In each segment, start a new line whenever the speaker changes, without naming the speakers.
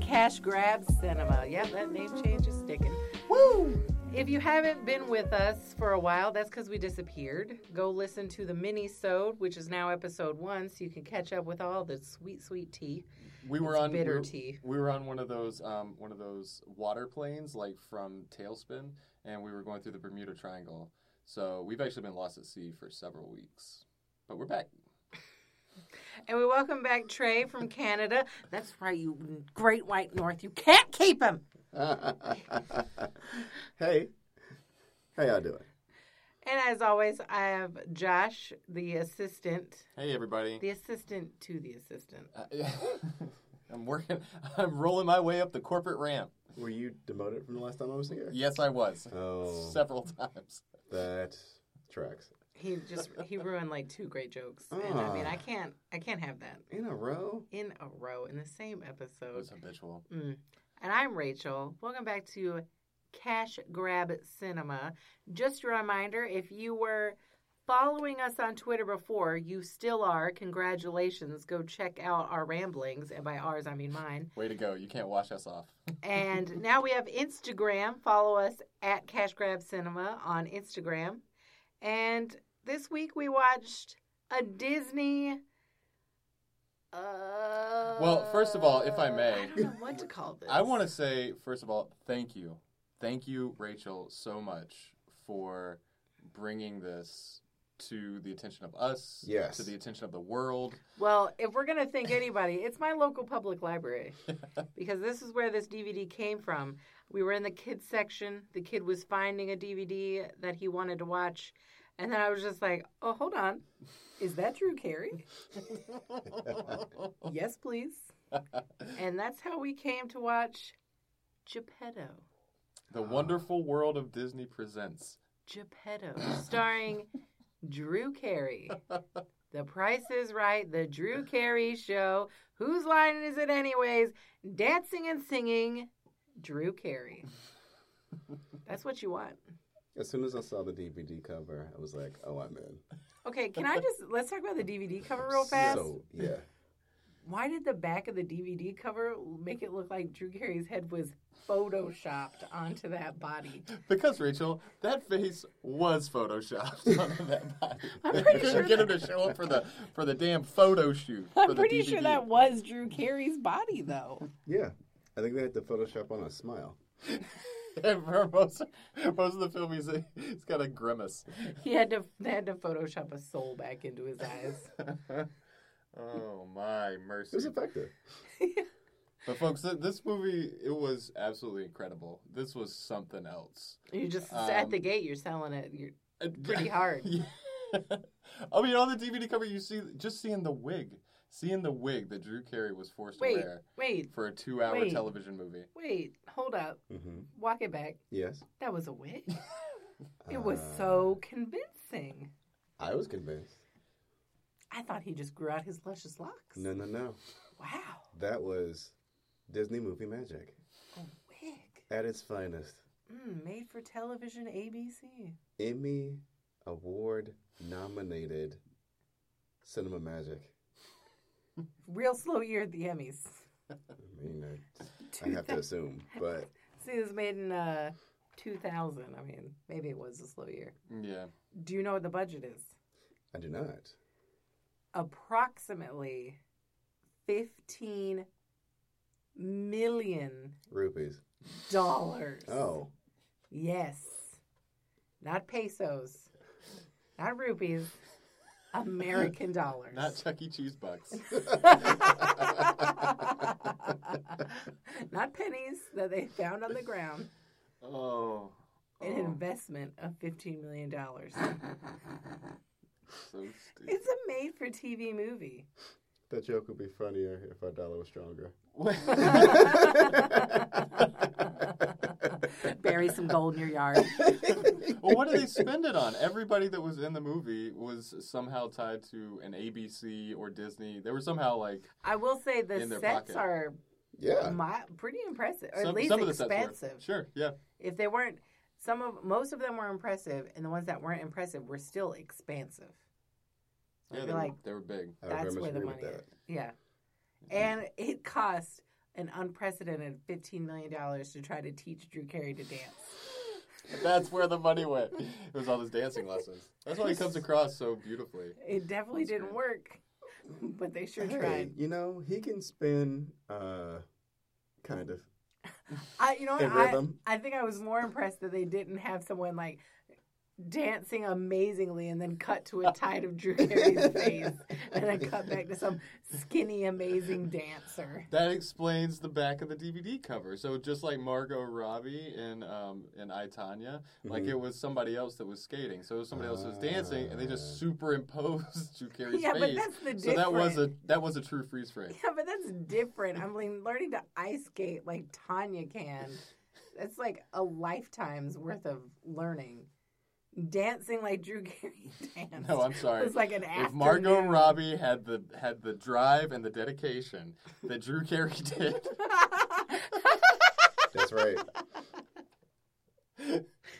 Cash Grab Cinema. Yep, that name change is sticking.
Woo!
If you haven't been with us for a while, that's because we disappeared. Go listen to the mini-sode, which is now episode one, so you can catch up with all the sweet, sweet tea.
We were
It's
on we
bitter
were-
tea.
We were on one of those um, one of those water planes, like from Tailspin, and we were going through the Bermuda Triangle. So we've actually been lost at sea for several weeks, but we're back.
And we welcome back Trey from Canada. That's right, you great white north. You can't keep him.
hey, how y'all doing?
And as always, I have Josh, the assistant,
Hey, everybody!
the assistant to the assistant.
I'm working. I'm rolling my way up the corporate ramp.
Were you demoted from the last time I was here?
Yes, I was
Oh,
several times.
that tracks
He just he ruined like two great jokes, and I mean,
Ah.
I can't, I can't have that
in a row.
in a row in the same episode.
It was habitual.
Mm. And I'm Rachel. Welcome back to Cash Grab Cinema. Just a reminder if you were following us on Twitter before, you still are. Congratulations. Go check out our ramblings. And by ours, I mean mine.
Way to go! You can't wash us off.
And now we have Instagram. Follow us at Cash Grab Cinema on Instagram. And this week we watched a Disney. Uh,
Well, first of all, if I may-
I don't know what to call this.
I want to say, first of all, thank you. Thank you, Rachel, so much for bringing this to the attention of us,
Yes.
to the attention of the world.
Well, if we're going to thank anybody, it's my local public library because this is where this DVD came from. We were in the kids section. The kid was finding a DVD that he wanted to watch. And then I was just like, oh, hold on. Is that Drew Carey? yes, please. And that's how we came to watch Geppetto.
the Wonderful World of Disney presents.
Geppetto, starring Drew Carey. The Price is Right, The Drew Carey Show. Whose line is it, anyways? Dancing and singing, Drew Carey. That's what you want.
As soon as I saw the DVD cover, I was like, "Oh, I'm in."
Okay, can I just let's talk about the DVD cover real fast?
So yeah,
Why did the back of the DVD cover make it look like Drew Carey's head was photoshopped onto that body?
Because Rachel, that face was photoshopped onto that body.
I'm pretty
They
sure
couldn't get him to show up for the for the damn photo shoot. for
I'm
the
pretty sure
DVD.
that was Drew Carey's body, though.
yeah. I think they had to Photoshop on a smile.
And for most, most of the film, he's, he's got a grimace.
He had to they had to Photoshop a soul back into his eyes.
oh my mercy!
It was effective.
But folks, th- this movie it was absolutely incredible. This was something else.
You just
Um,
at the gate, you're selling it. You're,
Uh,
Pretty hard.
Yeah. I mean, on the DVD cover, you see just seeing the wig, seeing the wig that Drew Carey was forced
wait,
to wear
wait,
for a two-hour
wait.
television movie.
wait. Hold up.
Mm-hmm.
Walk it back.
Yes,
That was a wig. It was
Uh,
so convincing.
I was convinced.
I thought he just grew out his luscious locks.
No, no, no.
Wow,
That was Disney movie magic
a wig.
at its finest.
Mm, made for television ABC.
Emmy Award nominated cinema magic.
Real slow year at the Emmys.
I mean, I, I have to assume, but
See, this was made in uh, 2000. I mean, maybe it was a slow year.
Yeah,
Do you know what the budget is?
I do not.
Approximately 15 million
Rupees.
dollars.
Oh,
Yes. Not pesos. Not rupees. American dollars.
not Chuck E. Cheese bucks.
Not pennies that they found on the ground.
oh,
An
oh,
investment of $15 million.
so stupid.
It's a made for TV movie.
that joke would be funnier if our dollar was stronger.
Bury some gold in your yard.
well, what did they spend it on? Everybody that was in the movie was somehow tied to an ABC or Disney. They were somehow like
I will say the
In their
sets
pocket.
are
Yeah.
mi- pretty impressive, or at
some,
least
some of the sets were.
expensive.
Sure, yeah.
if they weren't some of most of them were impressive and the ones that weren't impressive were still expansive So I
Yeah,
feel
they,
like
were, they were big.
I would very
that's
much
where the
agree
Mm-hmm.
money
with
is yeah and it cost an unprecedented $15 million to try to teach Drew Carey to dance.
That's where the money went. It was all his dancing lessons. That's why he comes across so beautifully.
It definitely
That's
didn't
good.
work, but they sure
Hey,
tried.
You know, he can spin, uh, kind of
I, you know, what,
in
I,
rhythm.
I think I was more impressed that they didn't have someone like dancing amazingly and then cut to a tide of Drew Carey's face and then cut back to some skinny, amazing dancer.
That explains the back of the DVD cover. So just like Margot Robbie and um and I Tanya, like
Mhm.
it was somebody else that was skating. So it was somebody else who was dancing, and they
Ah.
just superimposed Drew Carey's
yeah, but
face.
that's the difference.
so that was a that was a true freeze frame.
Yeah, but that's different. I'm like learning to ice skate like Tanya can. That's like a lifetime's worth of learning. Dancing like Drew Carey danced.
No, I'm sorry.
was like an
If Margot
afternoon.
Robbie had the had the drive and the dedication that Drew Carey did,
That's right.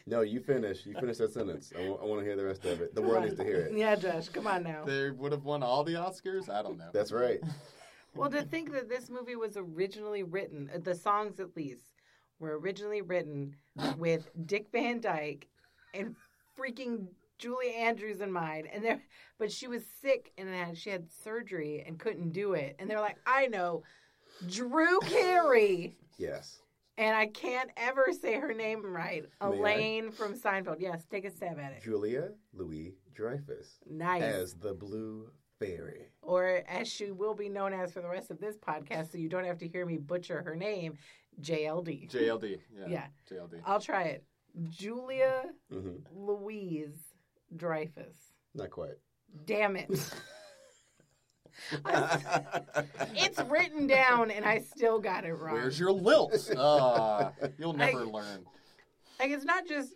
No, you finish. You finish that sentence. I want to hear the rest of it. The world needs to hear it.
yeah, Josh, come on now.
they would have won all the Oscars. I don't know.
That's right.
Well, to think that this movie was originally written, uh, the songs at least, were originally written with Dick Van Dyke and freaking Julie Andrews in mind. And there, but she was sick and had, she had surgery and couldn't do it. And they're like, I know, Drew Carey.
Yes.
And I can't ever say her name right.
May I?
Elaine from Seinfeld. Yes, take a stab at it.
Julia Louis Dreyfus
Nice.
as the Blue Fairy.
or as she will be known as for the rest of this podcast, so you don't have to hear me butcher her name, JLD.
JLD. Yeah.
Yeah.
JLD.
I'll try it. Julia
hmm
Louise Dreyfus.
Not quite.
Damn it. it's written down and I still got it wrong.
Where's your lilt? Ah, you'll never
I-
learn.
like it's not just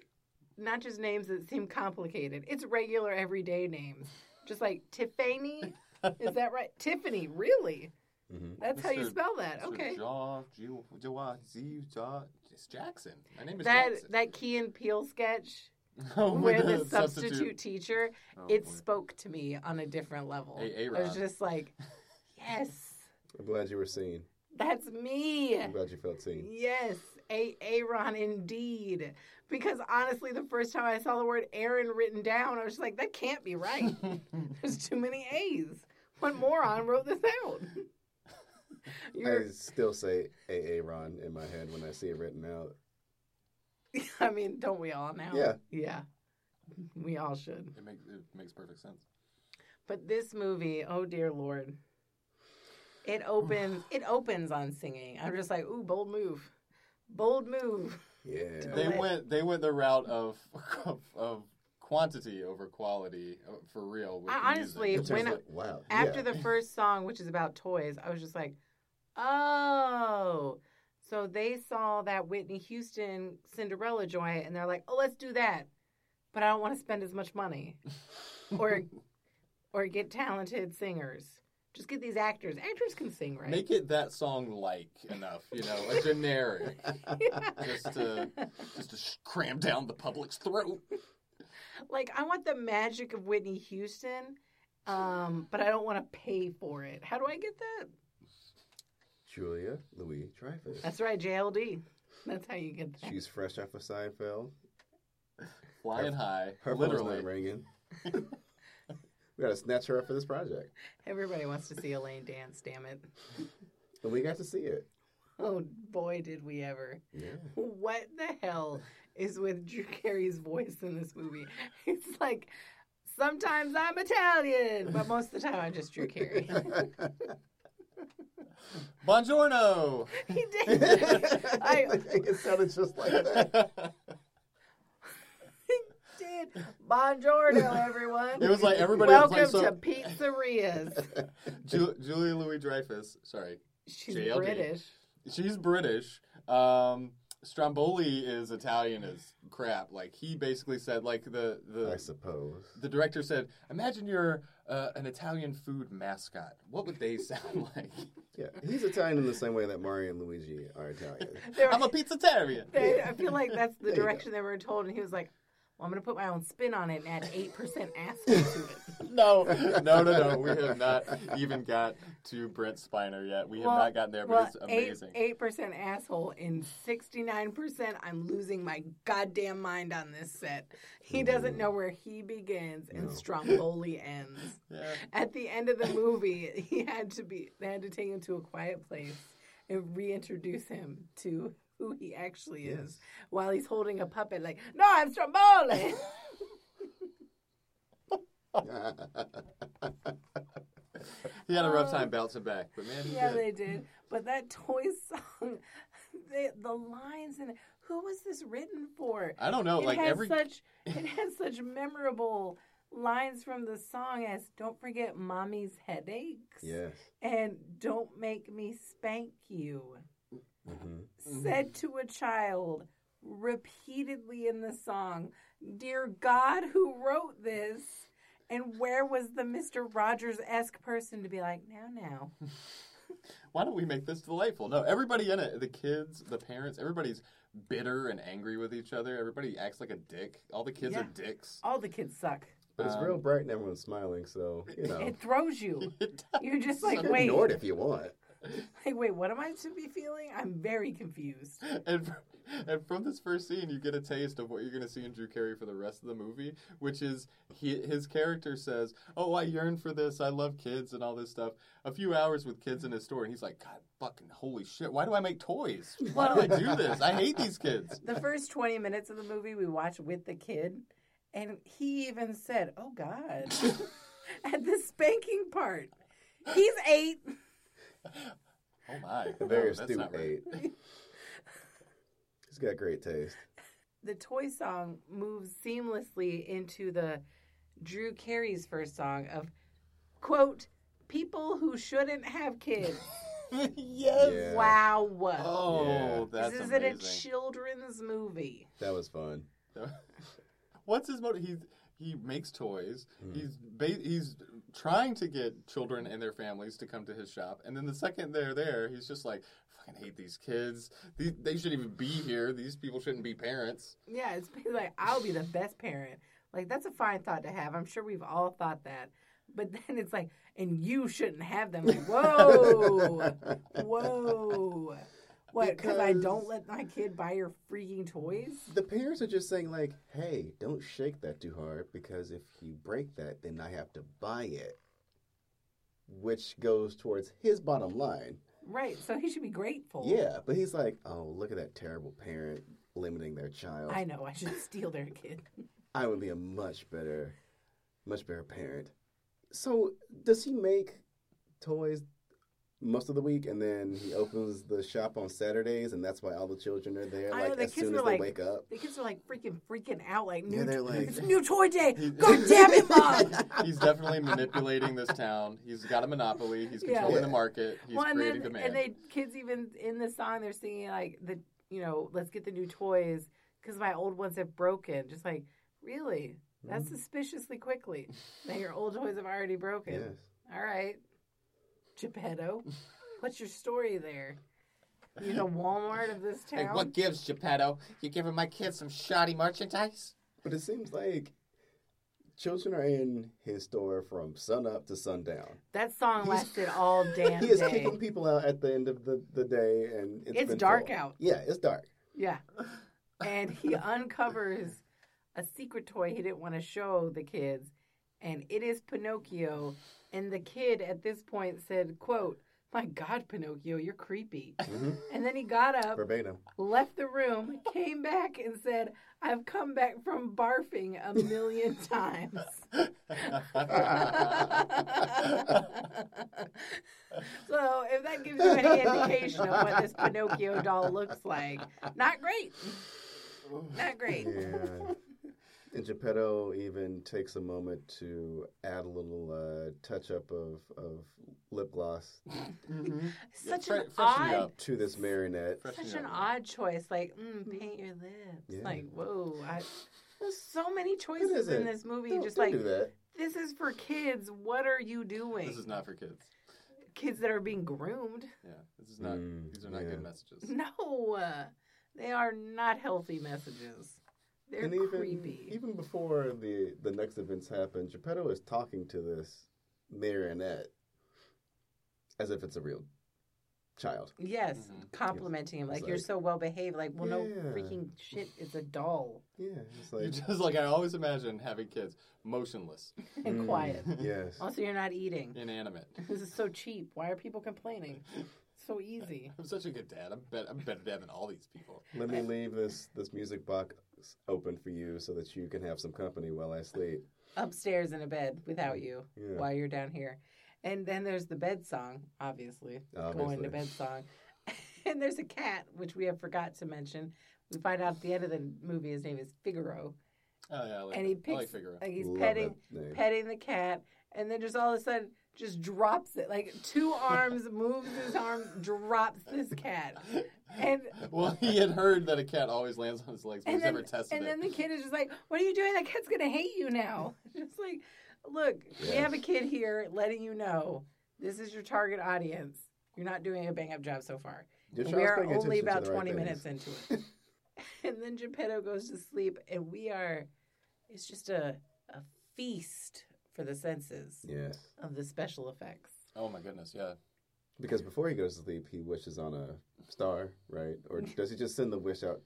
not just names that seem complicated. It's regular everyday names. Just like Tiffany. Is that right? Tiffany, really?
hmm
That's how you
Mr.
spell that.
Sort of
Okay.
Jaw, Ju- Jawa, Z, Jaw. It's Jackson. My name is
That
Jackson.
that Key and Peel sketch
Oh,
where
with
the
a
substitute, teacher
Oh,
it
boy.
spoke to me on a different level.
Hey,
I was
A-Rod.
just like, yes,
I'm glad you were seen.
that's me.
I'm glad you felt seen.
Yes, a Aaron indeed. Because honestly, the first time I saw the word Aaron written down, I was just like, that can't be
Oh,
right. There's too many A's. What moron wrote this out? You're,
I still say AA Ron in my head when I see it written out.
I mean, don't we all now?
Yeah.
Yeah. We all should.
it makes it makes perfect sense.
But this movie, oh dear lord. It opens it opens on singing. I'm just like, ooh, bold move. Bold move.
Yeah.
They
Okay.
went they went the route of of, of quantity over quality uh, for real. With
I
the
honestly-
It
music.
turns
when I-
out- wow.
After
yeah.
the first song, which is about toys, I was just like, oh. So they saw that Whitney Houston Cinderella joint and they're like, oh, let's do that. But I don't want to spend as much money. or or get talented singers. Just get these actors. Actors can sing, right?
make it that song like enough, you know, a generic, just to just to sh- cram down the public's throat.
Like I want the magic of Whitney Houston, um, but I don't want to pay for it. How do I get that?
Julia Louis Dreyfus.
That's right, JLD. That's how you get that.
She's fresh off of Seinfeld.
Flying high,
Her phone's
literally.
not ringing. we gotta snatch her up for this project,
Everybody wants to see Elaine dance. Damn it!
and we got to see it.
Oh boy, did we ever!
Yeah.
What the hell is with Drew Carey's voice in this movie? It's like sometimes I'm Italian, but most of the time I'm just Drew Carey.
Buongiorno.
he did. I-
it sounded just like that.
did. Buongiorno, everyone.
It was like everybody would play
Welcome
some-
to pizzerias.
Ju- Julia Louis Dreyfus. Sorry,
She's
JLD.
British.
she's British. Um, Stromboli is Italian as crap. Like he basically said, like the
I
the
suppose.
the director said, imagine you're uh, an Italian food mascot. What would they sound like?
Yeah, he's Italian in the same way that Mario and Luigi are Italian.
They were-
I'm a pizzatarian.
they- I feel like that's
There you
the
go.
direction they were told, and he was like, Well, I'm going to put my own spin on it and add 8% asshole to it.
No, no, no, no. We have not even got to Brent Spiner yet. We have
Well-
not gotten there, but
well,
it's amazing.
Eight percent asshole and sixty nine percent. I'm losing my goddamn mind on this set. He doesn't
Mm.
know where he begins and
No.
Stromboli ends.
Yeah.
At the end of the movie, he had to be. They had to take him to a quiet place and reintroduce him to who he actually is, while he's holding a puppet. Like, no, I'm Stromboli.
He had a rough
Uh,
time bouncing back, but man, he
yeah,
did.
they did. But that toy song, the the lines in it. Who was this written for?
I don't know.
it
like
has
every
such it has such memorable lines from the song as "Don't forget mommy's headaches"
yes.
and "Don't make me spank you,"
hmm
said to a child repeatedly in the song. Dear God, who wrote this? And where was the Mister Rogers esque person to be like, now, now?
why don't we make this delightful? No, everybody in it, the kids, the parents, everybody's bitter and angry with each other. Everybody acts like a dick. All the kids are
Yeah.
dicks.
All the kids suck.
But it's
Um,
real bright and everyone's smiling, so you know.
It throws you. You're just like,
You can
wait,
Ignore it if you want.
like, wait, what am I to be feeling? I'm very confused.
and fr- and from this first scene, you get a taste of what you're going to see in Drew Carey for the rest of the movie, which is he, his character says, "Oh, I yearn for this. I love kids and all this stuff." A few hours with kids in his store, and he's like, "God, fucking holy shit! Why do I make toys? Why do I do this? I hate these kids."
the first 20 minutes of the movie we watched with the kid and he even said oh god at the spanking part he's eight
Oh my!
A very
No, that's
astute
not right.
eight. He's got great taste.
the toy song moves seamlessly into the drew carey's first song of quote people who shouldn't have kids
yes.
Yeah.
wow
Oh,
Yeah.
that's
this isn't a
amazing.
children's movie
That was fun.
What's his motive? He's he makes toys.
Mhm.
He's ba- he's trying to get children and their families to come to his shop. And then the second they're there, he's just like, "Fucking hate these kids. These, they shouldn't even be here. These people shouldn't be parents."
Yeah, it's basically like I'll be the best parent. Like that's a fine thought to have. I'm sure we've all thought that. But then it's like, and you shouldn't have them. Like, whoa, whoa. What? Because I don't
Because-
let my kid buy your freaking toys.
The parents are just saying like, "Hey, don't shake that too hard because if you break that, then I have to buy it," which goes towards his bottom line.
Right. So he should be grateful.
Yeah, but he's like, "Oh, look at that terrible parent limiting their child.
I
I,
know. I should steal their kid.
would be a much better, much better parent." So does he make toys? Most of the week, and then he opens the shop on Saturdays, and that's why all the children are there.
I know,
Like
the
as
kids
soon
were
as
like-
they wake up,
The kids are like freaking freaking out. Like, new
yeah, they're like,
it's new toy day. God damn it, mom.
He's definitely manipulating this town. He's got a monopoly. He's
Yeah.
controlling
Yeah.
the market. He's
and
creating
then,
demand.
And they kids even in the song they're singing like the you know let's get the new toys because my old ones have broken. Just like really, that's
Mm.
suspiciously quickly that your old toys have already broken.
Yes.
All right, Geppetto, what's your story there? You're the Walmart of this town.
Hey, what gives, Geppetto? You giving my kids some shoddy merchandise?
But it seems like children are in his store from sunup to sundown.
that song lasted all damn
he is
day.
kicking people out at the end of the, the day, and it's,
It's
been
dark
full.
out.
Yeah, it's dark.
Yeah. And he uncovers a secret toy he didn't want to show the kids, and it is Pinocchio. And the kid at this point said, quote, My God, Pinocchio, you're creepy.
Mhm.
And then he got up,
Verbatim.
left the room, came back, and said, I've come back from barfing a million times.
Mm-hmm.
so, if that gives you any indication of what this Pinocchio doll looks like, not great. Not great.
Yeah. and Geppetto even takes a moment to add a little uh, touch up of, of lip gloss
Mhm.
Such
Fre-
an
freshen it
odd,
up.
to this marionette.
Freshen
such
it
an
up.
odd choice. Like, mm, paint your lips.
Yeah.
Like, whoa. I, there's so many choices
is
in
it?
this movie.
Don't,
just
don't
like,
do that.
this is for kids. What are you doing?
This is not for kids.
kids that are being groomed.
Yeah, this is not.
Mm,
these are not
yeah.
good messages.
No, uh, they are not healthy messages. They're
and even
creepy.
even before the the next events happen, Geppetto is talking to this marionette as if it's a real child.
yes,
Mhm.
complimenting him
Mm-hmm. It's
like, you're
like-
so well behaved. Like, well,
Yeah.
no freaking shit, it's a doll
Yeah, it's
You
like
just like I always imagine having kids motionless,
and
Mm.
quiet.
yes,
Also, you're not eating.
inanimate.
This is so cheap. Why are people complaining? It's so easy.
I'm such a good dad. I'm, bet I'm a better dad than all these people.
let me leave this this music box open for you so that you can have some company while I sleep.
Upstairs in a bed without you
Mm. Yeah,
while you're down here. And then there's the bed song, obviously. Going to
obviously.
bed song. and there's a cat, which we have forgot to mention. We find out at the end of the movie his name is Figaro.
Oh yeah, I like,
And he
I like
picks-
Figaro.
Like he's
Love
petting
that name.
petting the cat, and then just all of a sudden just drops it. Like two arms, moves his arms, drops this cat. And
well, he had heard that a cat always lands on its legs, but
and
he's
then,
never tested
and
it.
then the kid is just like, What are you doing? That cat's gonna hate you now. Just like, look, we have a kid here letting you know this is your target audience. You're not doing a bang up job so far.
Your
And
child's
we are
paying
only
attention to
about
the right
20
things.
minutes into it. and then Geppetto goes to sleep, and we are, it's just a, a feast for the senses
Yes,
of the special effects.
oh my goodness, yeah.
because before he goes to sleep, he wishes on a star, right? Or does he just send the wish out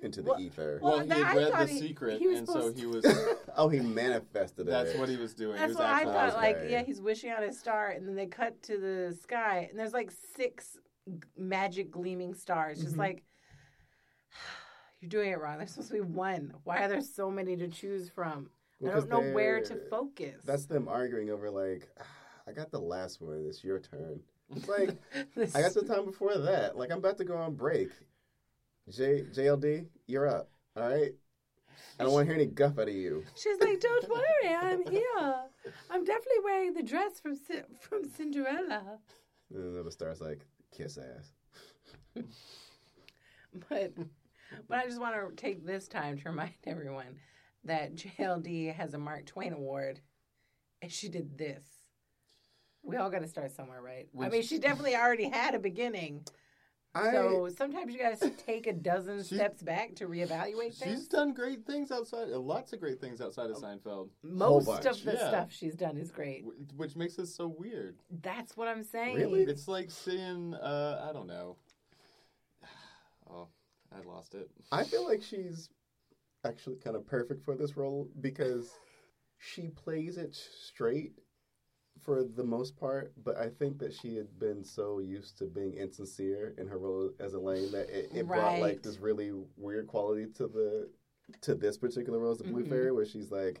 into the
Well-
ether?
Well,
Well, he
that- I
had read the
thought he-
secret,
he was
and so
supposed
he was.
oh, he manifested it.
that's what he was doing. he
That's
was
what I
actually-
thought. Like,
okay.
yeah, he's wishing on a star, and then they cut to the sky, and there's like six g- magic gleaming stars. Just
Mhm.
like, you're doing it wrong. There's supposed to be one. Why are there so many to choose from? I
Because
don't know where to
they're-
focus.
That's them arguing over like, "Ah, I got the last one. It's your turn. It's like
This-
I got the time before that. Like I'm about to go on break. J JLD, you're up. All right. I don't want to hear any guff out of you.
She's like, "Don't worry, I'm here. I'm definitely wearing the dress from Cin- from Cinderella."
And then the star's like, kiss ass.
But but I just want to take this time to remind everyone that JLD has a Mark Twain Award, and she did this. We all got to start somewhere, right? I
Which-
mean, she definitely already had a beginning.
I
so sometimes you got to take a dozen
She-
steps back to reevaluate
She's
things.
done great things outside, lots of great things outside
Oh.
of Seinfeld,
Most
bunch,
of the
yeah.
stuff she's done is great.
wh- which makes this so weird.
That's what I'm saying.
Really?
It's like seeing, uh, I don't know. Oh, I lost it.
I feel like she's actually kind of perfect for this role because she plays it straight for the most part, but I think that she had been so used to being insincere in her role as Elaine that it, it brought like
Right.
this really weird quality to the to this particular role as the Blue
Mhm.
Fairy where she's like,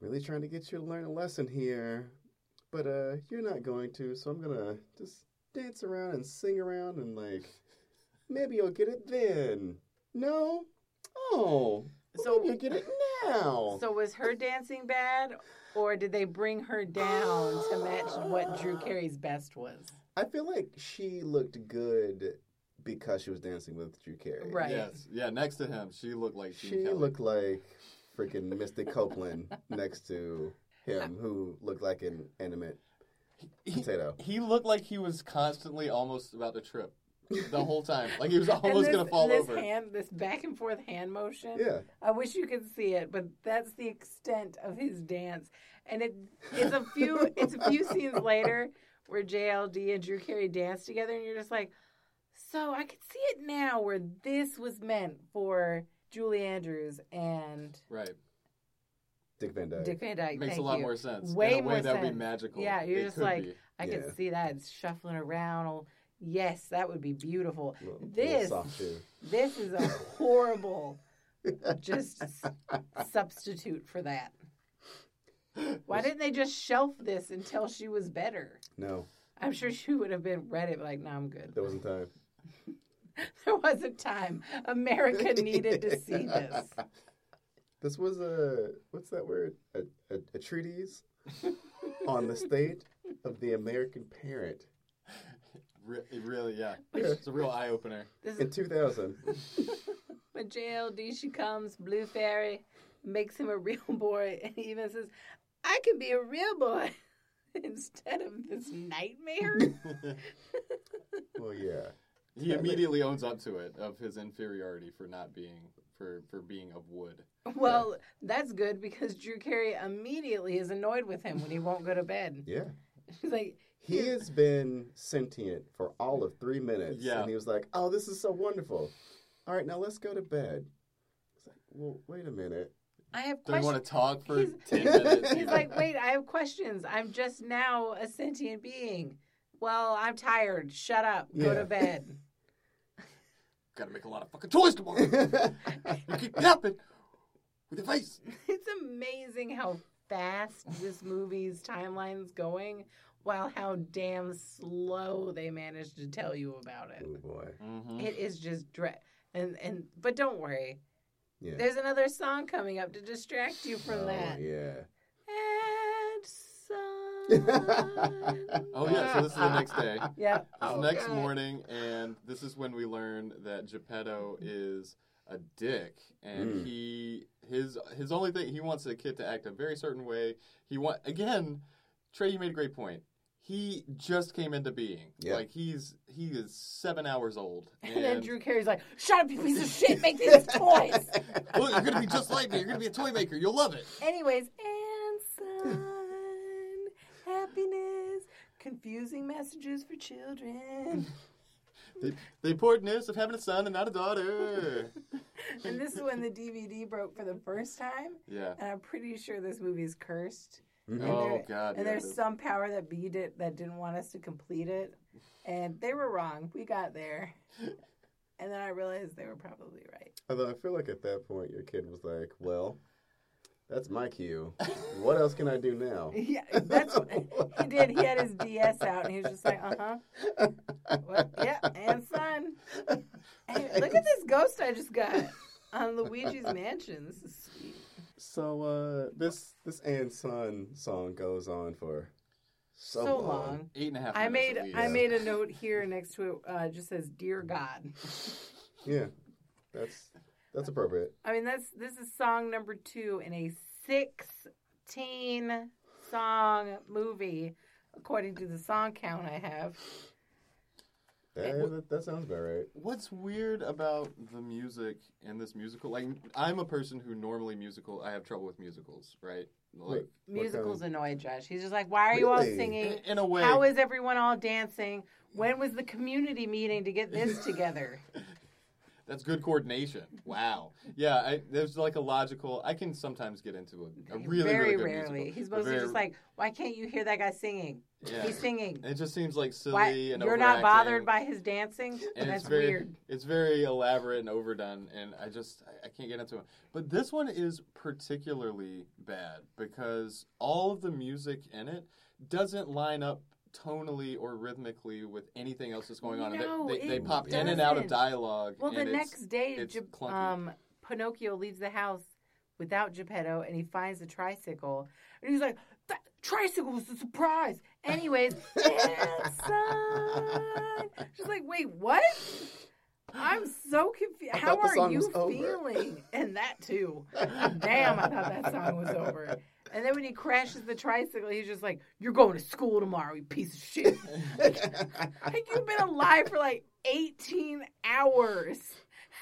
Really trying to get you to learn a lesson here. But uh you're not going to, so I'm gonna just dance around and sing around and like maybe you'll get it then. No? Oh.
So-
So you get it now.
So was her dancing bad, or did they bring her down to match what Drew Carey's best was?
I feel like she looked good because she was dancing with Drew Carey.
Right.
Yes, yeah. Next to him, she looked like Gene
She
Kelly.
looked like freaking Mystic Copeland next to him, who looked like an animate
He-
potato.
He looked like he was constantly almost about to trip the whole time. Like he was almost
this,
gonna fall
this
over.
Hand, this back and forth hand motion.
Yeah.
I wish you could see it, but that's the extent of his dance. And it it's a few it's a few scenes later where JLD and Drew Carey dance together, and you're just like, so I could see it now where this was meant for Julie Andrews and
Right,
Dick Van Dyke.
Dick Van Dyke.
makes a
Thank
lot
you.
more sense.
Way
in a way
more
that would be
sense.
magical.
Yeah, you're
It
just
could
like-
be.
I
Yeah.
could see that it's shuffling around. Oh, Yes, that would be beautiful.
Little- little
This-
soft shoe.
This is a horrible just s- substitute for that. Why didn't they just shelf this until she was better?
No,
I'm sure she would have been read it but like, no, I'm good.
there wasn't time.
There was a time America needed to see this.
This was a what's that word? A, a, a treatise on the state of the American parent
Re- it really, yeah.
Yeah.
It's a real eye opener.
This
in
is
2000.
when JLD she comes, Blue Fairy makes him a real boy, and he even says, "I can be a real boy." Instead of this nightmare,
Well, yeah.
he immediately owns up to it of his inferiority for not being for for being of wood.
Well, that's good because Drew Carey immediately is annoyed with him when he won't go to bed.
Yeah.
He's like,
He has been sentient for all of three minutes.
Yeah.
And he was like, oh, this is so wonderful. All right, now let's go to bed. It's like, well, wait a minute.
I have
Do we
questions.
want to talk for
He's-
ten minutes?
He's like, wait, I have questions. I'm just now a sentient being. Well, I'm tired. Shut up. Go
Yeah.
to bed.
gotta make a lot of fucking toys tomorrow.
Oh,
you keep tapping with your face.
It's amazing how fast this movie's timeline's going, while how damn slow they managed to tell you about it.
oh, boy.
Mm-hmm.
It is just dread. And and but don't worry,
Yeah.
there's another song coming up to distract you from
oh,
that.
Yeah.
And sun.
Oh yeah, so this is the next day. This
yeah. Oh,
is next
God.
morning, and this is when we learn that Geppetto is a dick, and
Mm.
he his his only thing he wants the kid to act a very certain way. He want again, Trey, you made a great point. He just came into being.
Yeah.
Like he's he is seven hours old.
And then Drew Carey's like, "Shut up, you piece of shit! Make these toys."
Well, you're gonna be just like me. You're gonna be a toy maker. You'll love it.
Anyways, and sun, happiness, confusing messages for children.
The, the important news of having a son and not a daughter.
And this is when the DVD broke for the first time,
yeah.
and I'm pretty sure this movie's cursed.
Mhm.
And
Oh
there-
God. yeah,
And there's
this-
some power that beat it that didn't want us to complete it, and they were wrong. We got there, and then I realized they were probably right.
Although I feel like at that point, your kid was like, well, that's my cue. What else can I do now?
Yeah, that's what he did. He had his DS out, and he was just like, "Uh huh." Well, yeah, and son. Hey, look at this ghost I just got on Luigi's Mansion. This is sweet.
So uh, this this and son song goes on for so,
So, long.
eight and a half.
I
minutes E
made
at least.
I made a note here next to it. Uh, just says, "Dear God."
Yeah, that's that's appropriate.
I mean, that's this is song number two in a sixteen song movie, according to the song count I have.
That, that, that sounds about right.
What's weird about the music in this musical? Like, I'm a person who normally musical. I have trouble with musicals, right? Like,
What
Musicals annoyed Josh. He's just like, "Why are you all
Really?
singing?"
in, in a way,
How is everyone all dancing? When was the community meeting to get this together?
that's good coordination. Wow. Yeah. I, there's like a logical. I can sometimes get into a, a really
very
really good
rarely.
musical.
He's
A
mostly
very-
just like, why can't you hear that guy singing?
Yeah.
He's singing.
It just seems like silly
Why
and
you're not
overacting.
bothered by his dancing?
and
That's
it's very
weird.
it's very elaborate and overdone and i just I, I can't get into it but this one is particularly bad because all of the music in it doesn't line up tonally or rhythmically with anything else that's going on And they-
No,
they, they,
it
pop in and out of
doesn't.
dialogue
Well, the
and it's-
next day,
it's
Ge-
clunky.
um, Pinocchio leaves the house without Geppetto, and he finds the tricycle, and he's like, "That tricycle was a surprise." Anyways, and son, she's like, "Wait, what?" I'm so confused.
I
How
thought the
are
song
you
was over.
feeling? And that too. Damn, I thought that song was over. And then when he crashes the tricycle, he's just like, "You're going to school tomorrow, you piece of shit." Like you've been alive for like 18 hours.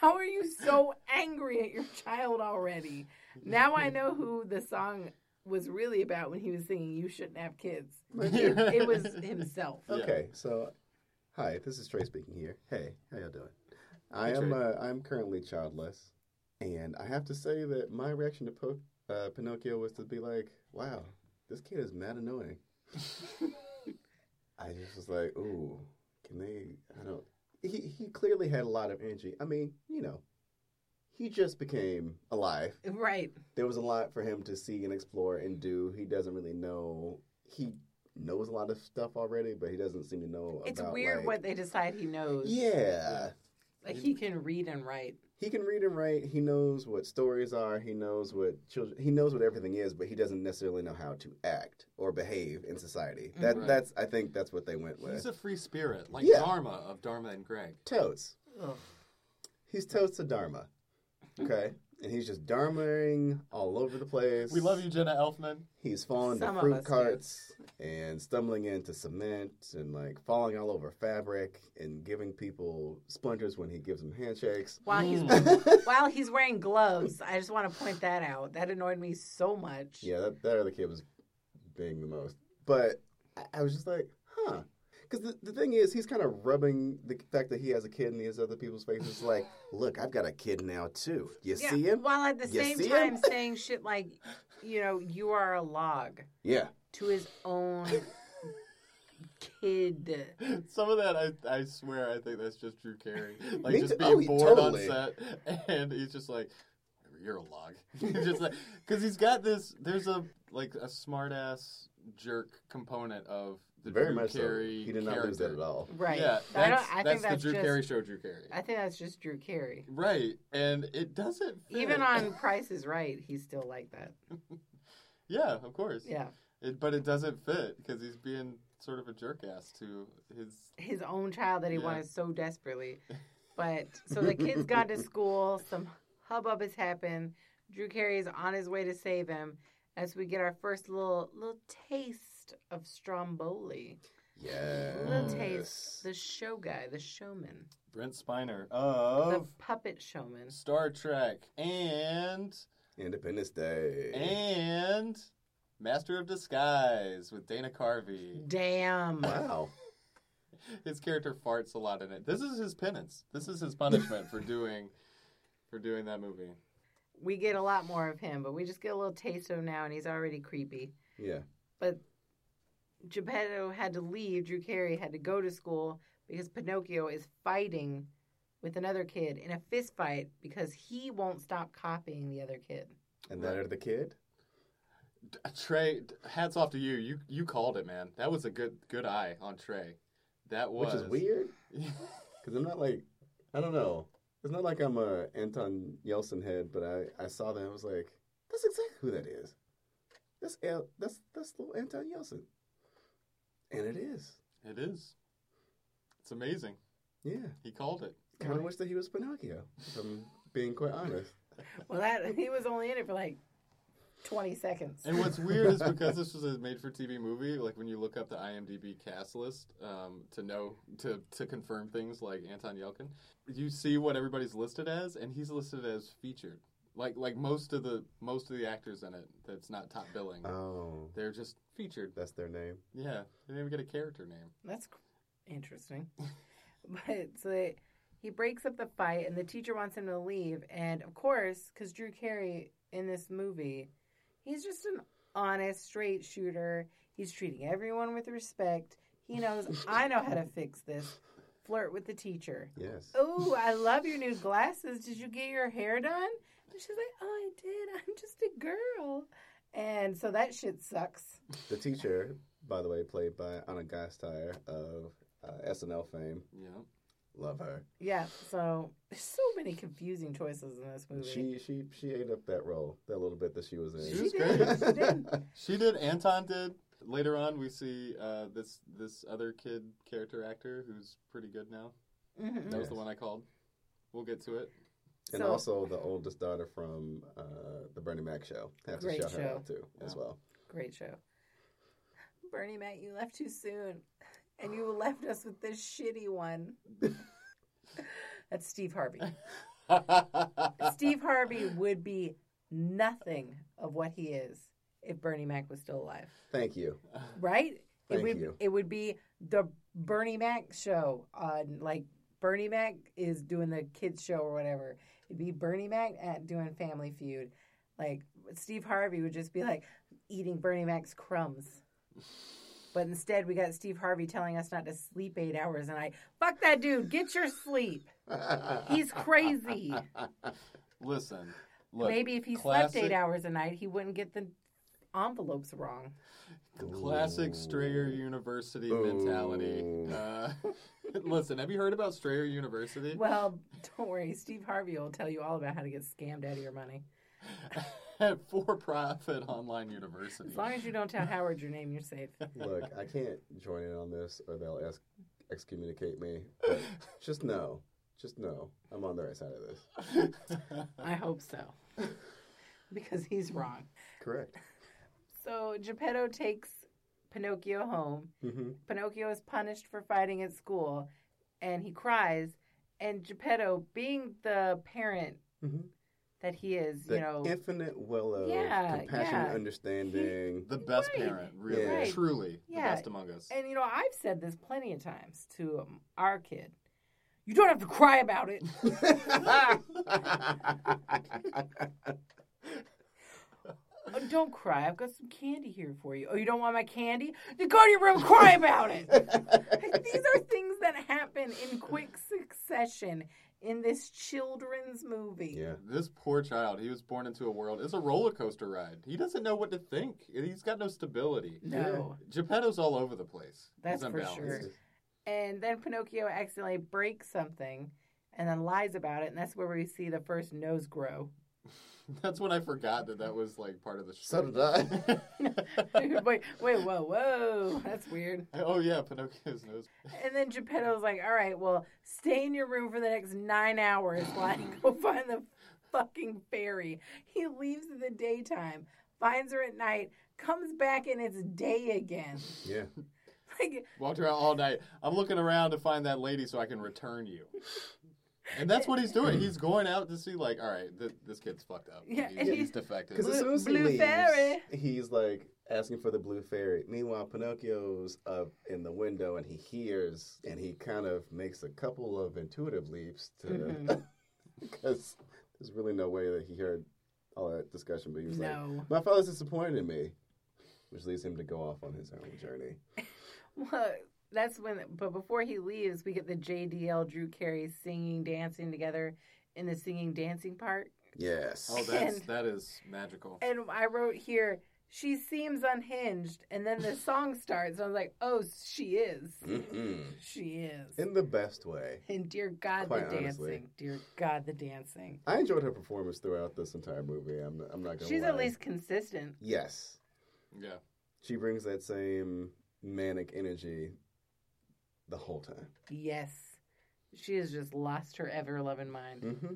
How are you so angry at your child already? Now I know who the song was really about when he was singing "You Shouldn't Have Kids." It, it was himself.
Yeah.
Okay, so hi, this is Trey speaking here. Hey, how y'all doing? I
Hey,
am
Trey.
uh, I'm currently childless, and I have to say that my reaction to po- uh, Pinocchio was to be like, "Wow, this kid is mad annoying." I just was like, "Ooh, can they?" I don't. He he clearly had a lot of energy. I mean, you know, he just became alive
Right.
there was a lot for him to see and explore and do. He doesn't really know. He knows a lot of stuff already, but he doesn't seem to know.
It's
about,
weird
like-
what they decide he knows.
Yeah,
Like he can read and write.
he can read and write. He knows what stories are. He knows what children. He knows what everything is, but he doesn't necessarily know how to act or behave in society.
Mm-hmm.
That
Right.
that's. I think that's what they went with.
he's a free spirit like
Yeah.
dharma of dharma and greg
totes.
Oh.
Ugh.
He's totes to Dharma. Okay. And he's just dharmaing all over the place.
we love you jenna elfman
He's falling
Some
to
of
fruit
us do.
carts. and stumbling into cement and like falling all over fabric and giving people splinters when he gives them handshakes.
While he's
yeah,
while he's wearing gloves, I just want to point that out. That annoyed me so much.
that, that other kid was being the most. But I, I was just like, huh. Because the, the thing is, he's kind of rubbing the fact that he has a kid in these other people's faces. Like, look, I've got a kid now too. You
Yeah,
see him?
While at the
You
same
see
time
him?
saying shit like, you know, you are a log
Yeah.
to his own kid.
Some of that, I, I swear, I think that's just Drew Carey. Like,
Me
just
too.
being
Oh, he-
bored
totally.
on set, and he's just like, you're a log. He's just like, because he's got this, there's a, like, a smart ass jerk component of the
Very
Drew
much so.
Carey
He did not
character.
lose that at all.
Right.
Yeah, that's,
I don't I
that's
think that's
the Drew
just
Carey show, Drew Carey.
I think that's just Drew Carey.
Right, and it doesn't fit.
Even on Price is Right, he's still like that.
yeah, of course.
Yeah.
It, but it doesn't fit because he's being sort of a jerk ass to his.
His own child that he
Yeah.
wanted so desperately. But so the kid's gone to school, some hubbub has happened. Drew Carey is on his way to save him as we get our first little little taste of Stromboli.
Yeah.
Little taste. The show guy, the showman.
Brent Spiner of.
The puppet showman.
Star Trek, and
Independence Day.
and Master of Disguise with Dana Carvey.
Damn.
wow.
His character farts a lot in it. This is his penance. This is his punishment for doing for doing that movie.
We get a lot more of him, but we just get a little taste of him now and he's already creepy.
Yeah.
Geppetto had to leave, Drew Carey had to go to school because Pinocchio is fighting with another kid in a fist fight because he won't stop copying the other kid.
And that
Right.
are the kid?
D- Trey, d- hats off to you. You you called it, man. That was a good good eye on Trey. That was
Which is weird. Because I'm not like, I don't know. It's not like I'm a Anton Yelchin head, but I, I saw that and I was like, that's exactly who that is. That's El, that's that's little Anton Yelchin. And it is.
it is. It's amazing.
Yeah.
He called it.
Kind of wish that he was Pinocchio, if I'm being quite honest.
Well, that he was only in it for like 20 seconds.
And what's weird is because this was a made-for-TV movie. Like when you look up the IMDb cast list um, to know to to confirm things like Anton Yelkin, you see what everybody's listed as, and he's listed as featured. Like like most of the most of the actors in it that's not top billing,
Oh,
they're just featured.
that's their name.
Yeah, they didn't even get a character name.
That's c- interesting. but so they, he breaks up the fight, and the teacher wants him to leave. And of course, because Drew Carey in this movie, he's just an honest, straight shooter. He's treating everyone with respect. He knows I know how to fix this. Flirt with the teacher.
Yes.
Oh, I love your new glasses. Did you get your hair done? And she's like, Oh, I did. I'm just a girl. And so that shit sucks.
The teacher, by the way, played by Anna Gasteyer of uh, SNL fame.
Yeah,
Love her.
Yeah, so there's so many confusing choices in this movie.
She she she ate up that role, that little bit that she was in.
She was
did.
great.
She did.
she did. Anton did. Later on, we see uh, this this other kid character actor who's pretty good now.
Mhm.
That was the
Yes.
one I called. We'll get to it.
And
So-
also the oldest daughter from uh, the Bernie Mac show. Have to
Great
shout her
show.
out too as
Yeah.
well.
Great show. Bernie Mac, you left too soon. And you left us with this shitty one. That's Steve Harvey. Steve Harvey would be nothing of what he is if Bernie Mac was still alive.
Thank you.
Right?
Thank
it would
you.
it would be the Bernie Mac show on like Bernie Mac is doing the kids show or whatever. It'd be Bernie Mac at doing Family Feud. Like Steve Harvey would just be like eating Bernie Mac's crumbs. But instead, we got Steve Harvey telling us not to sleep eight hours, and I fuck that dude. Get your sleep. He's crazy.
Listen, look,
Maybe if he
classic-
slept eight hours a night, he wouldn't get the envelopes wrong.
classic Strayer University
Ooh.
mentality. Uh, listen, have you heard about Strayer University?
Well, don't worry. Steve Harvey will tell you all about how to get scammed out of your money.
For-profit online university.
As long as you don't tell Howard your name, you're safe.
Look, I can't join in on this or they'll ex- excommunicate me. But just know. Just know. I'm on the right side of this.
I hope so. Because he's wrong.
Correct.
So Geppetto takes Pinocchio home.
hmm
Pinocchio is punished for fighting at school and he cries. And Geppetto, being the parent
hmm
that he is,
The
you know,
infinite well of
Yeah,
compassion,
yeah.
understanding.
The best
Right.
parent, really,
Yeah.
Right.
truly,
Yeah.
the best among us.
and you know, I've said this plenty of times to um, our kid. You don't have to cry about it. Oh, don't cry. I've got some candy here for you. Oh, you don't want my candy? Then go to your room and cry about it. Like, These are things that happen in quick succession in this children's movie.
yeah.
This poor child, he was born into a world. It's a roller coaster ride. He doesn't know what to think. He's got no stability.
No.
Geppetto's all over the place.
That's
He's
for
unbalanced.
sure. And then Pinocchio accidentally breaks something and then lies about it. And that's where we see the first nose grow.
That's when I forgot that that was like part of the
So
show.
did I.
wait, wait, whoa, whoa. That's weird.
oh yeah, Pinocchio's nose.
And then Geppetto's like, all right, well, stay in your room for the next nine hours while I go find the fucking fairy. He leaves in the daytime, finds her at night, comes back, and it's day again.
Yeah.
Like,
Walked around all night. I'm looking around to find that lady so I can return you. And that's what he's doing. He's going out to see, like, all right, th- this kid's fucked up.
Yeah,
he's,
and
he's
he's-
defective.
Because as soon
Blue-
as he
blue
leaves,
fairy.
he's like asking for the blue fairy. Meanwhile, Pinocchio's up in the window and he hears and he kind of makes a couple of intuitive leaps to
Mhm.
because there's really no way that he heard all that discussion. But he was like,
no.
"My father's disappointed in me," which leads him to go off on his own journey.
Well, that's when, but before he leaves, we get the JDL Drew Carey singing, dancing together in the singing, dancing part.
Yes.
oh, that's
and-
that is magical.
And I wrote here, she seems unhinged. And then the song starts. And I was like, oh, she is.
Mhm.
She is.
In the best way.
And dear God,
Quite
the
honestly.
dancing. Dear God, the dancing.
I enjoyed her performance throughout this entire movie. I'm, I'm not gonna.
She's at
lie.
least consistent.
yes.
Yeah.
she brings that same manic energy the whole time.
Yes. She has just lost her ever loving mind.
Mm-hmm.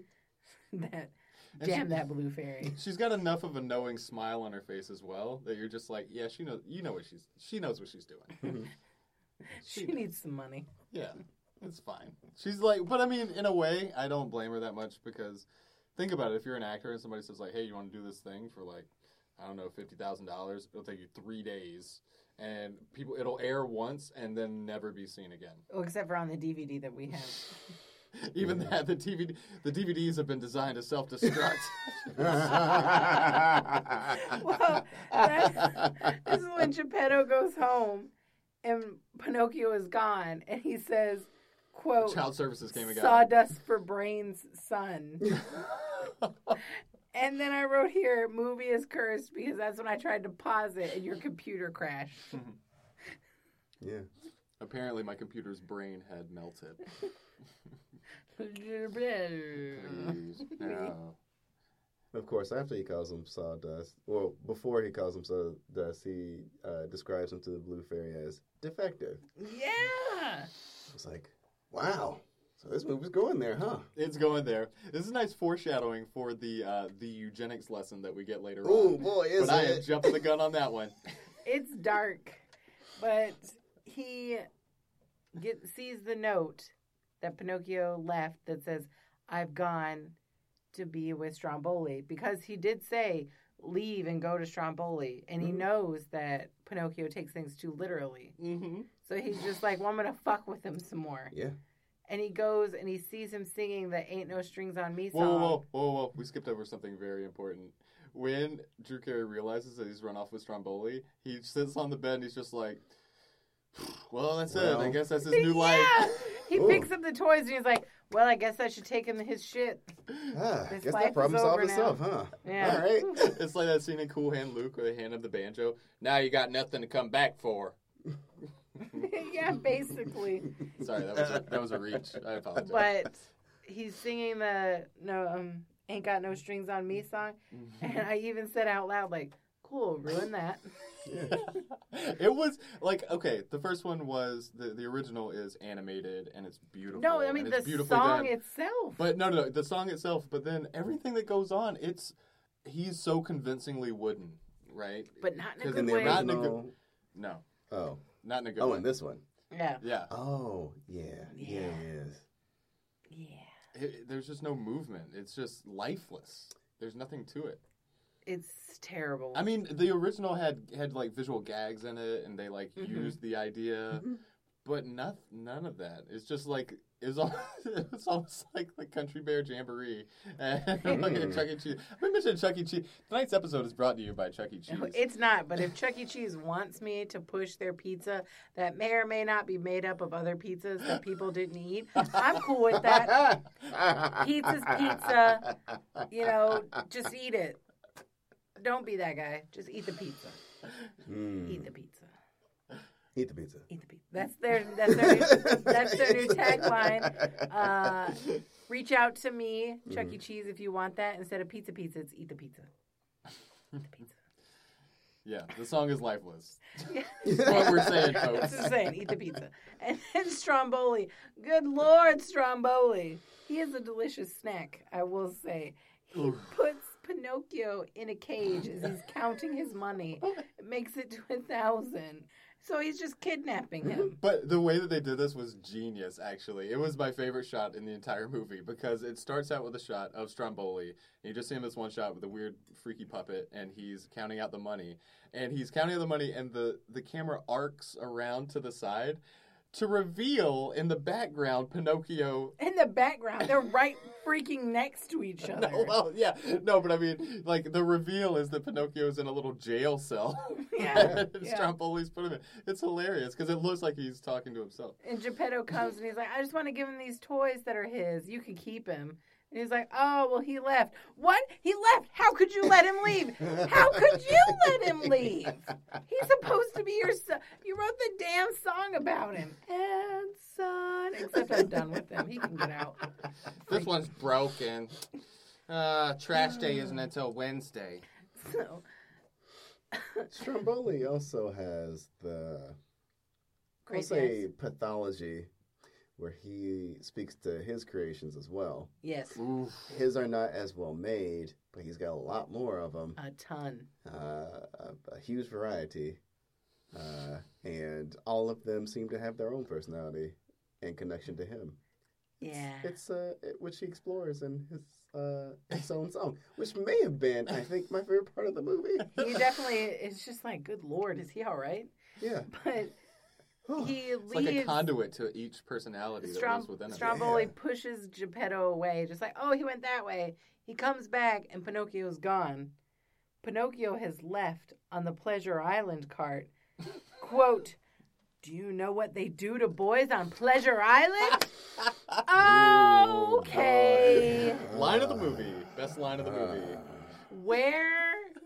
that
Hmm. And
damn
she-
that blue fairy.
She's got enough of a knowing smile on her face as well that you're just like, yeah, she knows. You know what she's. She knows what she's
mm-hmm.
doing.
She
She knows.
needs some money.
Yeah, it's fine. She's like, but I mean, in a way, I don't blame her that much because think about it. If you're an actor and somebody says like, hey, you want to do this thing for like, I don't know, fifty thousand dollars, it'll take you three days, and people, it'll air once and then never be seen again.
Oh, except for on the DVD that we have.
Even that the DVD, the DVDs have been designed to self-destruct.
Well, that's- this is when Geppetto goes home and Pinocchio is gone and he says, quote,
Child services came and got it.
Sawdust for Brains Son. And then I wrote here, movie is cursed because that's when I tried to pause it and your computer crashed.
Yeah.
Apparently, my computer's brain had melted. Please, no.
Of course, after he calls him sawdust, well, before he calls him sawdust, he uh, describes him to the blue fairy as defective.
yeah.
I was like, wow. So this movie's going there, huh?
It's going there. This is nice foreshadowing for the uh, the eugenics lesson that we get later
Oh
on.
boy, is
But I am
it?
jumping the gun on that one.
It's dark. But he get, sees the note that Pinocchio left that says, I've gone to be with Stromboli because he did say, leave and go to Stromboli. And he
Mhm.
knows that Pinocchio takes things too literally.
mm-hmm.
So he's just like, well, I'm going to fuck with him some more.
yeah.
and he goes and he sees him singing the "Ain't No Strings on Me"
Whoa,
song.
whoa, whoa, whoa, whoa! We skipped over something very important. When Drew Carey realizes that he's run off with Stromboli, he sits on the bed and he's just like, "Well, that's it. I
Well.
guess that's his new life."
Yeah, he
Ooh.
picks up the toys and he's like, "Well, I guess I should take him his shit."
Ah,
This
guess
life
that
is
problem solved
over now.
itself, huh?
Yeah.
All right.
It's like that scene in Cool Hand Luke where they hand him the banjo. Now you got nothing to come back for.
yeah, basically.
Sorry, that was a, that was a reach. I apologize.
But he's singing the "No um, Ain't Got No Strings on Me" song,
Mm-hmm.
and I even said out loud, "Like, cool, ruin that."
Yeah.
it was like okay. The first one was the the original is animated and it's beautiful.
No, I mean
and it's
the
beautifully
song
done.
itself.
But no, no, no, the song itself. But then everything that goes on, it's he's so convincingly wooden, right?
But not in a
Because
good
In the
way.
Not in a
original,
No,
Oh,
Not in a good
oh,
way.
and this one.
Yeah.
Yeah.
Oh, yeah, yeah,
Yeah.
yes.
Yeah.
It- there's just no movement. It's just lifeless. There's nothing to it.
It's terrible.
I mean, the original had had like visual gags in it, and they like
Mhm.
used the idea,
Mhm.
but not none of that. It's just like it was, almost, it was almost like the Country Bear Jamboree and like a
Mm.
Chuck E. Cheese. We mentioned Chuck E. Cheese. Tonight's episode is brought to you by Chuck E. Cheese.
No, It's not, but if Chuck E. Cheese wants me to push their pizza that may or may not be made up of other pizzas that people didn't eat, I'm cool with that. Pizza's pizza. You know, just eat it. Don't be that guy. Just eat the pizza.
Mm.
Eat the pizza.
Eat the pizza.
Eat the pizza. That's their that's their new, that's their new tagline. Uh, reach out to me, Chuck E. Cheese, if you want that. Instead of pizza pizza, it's eat the pizza. Eat the pizza.
yeah, the song is lifeless.
Yeah.
That's what we're saying,
That's
folks.
what I'm saying. Eat the pizza. And then Stromboli. Good Lord, Stromboli. He is a delicious snack, I will say. He
Oof.
puts Pinocchio in a cage as he's counting his money, It makes it to a thousand. So he's just kidnapping him.
But the way that they did this was genius, actually. It was my favorite shot in the entire movie because it starts out with a shot of Stromboli. And you just see him this one shot with a weird, freaky puppet, and he's counting out the money. And he's counting out the money, and the, the camera arcs around to the side to reveal in the background Pinocchio.
In the background, they're right freaking next to each other.
No, well, yeah, no, but I mean, like, the reveal is that Pinocchio's in a little jail cell.
Yeah.
And Stromboli's put him in. It's hilarious because it looks like he's talking to himself.
And Geppetto comes and he's like, I just want to give him these toys that are his. You can keep him. And he's like, Oh, well, he left. What? He left. How could you let him leave? How could you let him leave? He's supposed to be your son. You wrote the damn song about him. And son. Except I'm done with him. He can get out.
This one's broken. Uh, trash day isn't
Mm.
until Wednesday.
So,
Stromboli also has the I'll
crazy.
say
eyes.
pathology where he speaks to his creations as well.
Yes.
Oof.
His are not as well made, but he's got a lot more of them,
A ton.
uh, a, a huge variety, uh, and all of them seem to have their own personality and connection to him. It's-
Yeah.
it's uh, it- which he explores in his uh, his own song, which may have been, I think, my favorite part of the movie.
He definitely, it's just like, Good Lord, is he all right?
Yeah,
But he
It's like
leaves.
a conduit to each personality that
Strom-
lives within him.
Stromboli
Yeah.
pushes Geppetto away, just like, oh, he went that way. He comes back, and Pinocchio's gone. Pinocchio has left on the Pleasure Island cart. Quote, Do you know what they do to boys on Pleasure Island? Oh, okay.
Line of the movie. Best line of the movie.
Where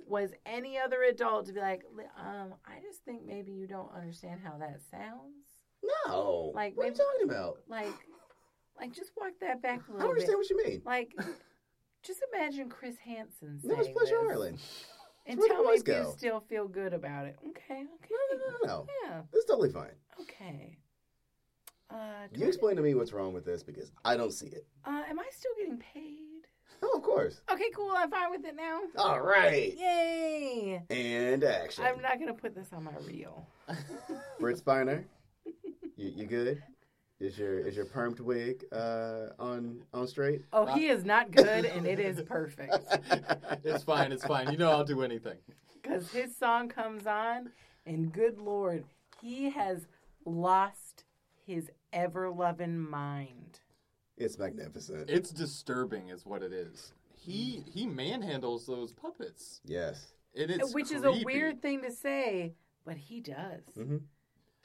was any other adult to be like, "Li- um, I just think maybe you don't understand how that sounds?
No,
Like,
what are you
maybe-
talking about?
Like, like just walk that back a
I
little
don't
bit.
understand what you mean.
Like, just imagine Chris Hansen
No, it's
saying
Pleasure
this,
Island.
and
Where do
tell me
boys
if
go?
you still feel good about it. Okay,
No,
okay,
no, no, no.
yeah,
It's totally fine.
okay. Uh, do
You
I-
explain to me what's wrong with this because I don't see it.
uh, am I still getting paid?
Oh, of course.
Okay, cool. I'm fine with it now.
All right.
Yay!
And action.
I'm not gonna put this on my reel.
Britt Spiner, you, you good? Is your is your permed wig uh, on on straight?
Oh, he is not good, and it is perfect
It's fine, it's fine. You know I'll do anything.
because his song comes on, and good lord, he has lost his ever loving mind.
It's magnificent.
It's disturbing is what it is. He he manhandles those puppets.
yes.
And it's
which is a
creepy.
weird thing to say, but he does
hmm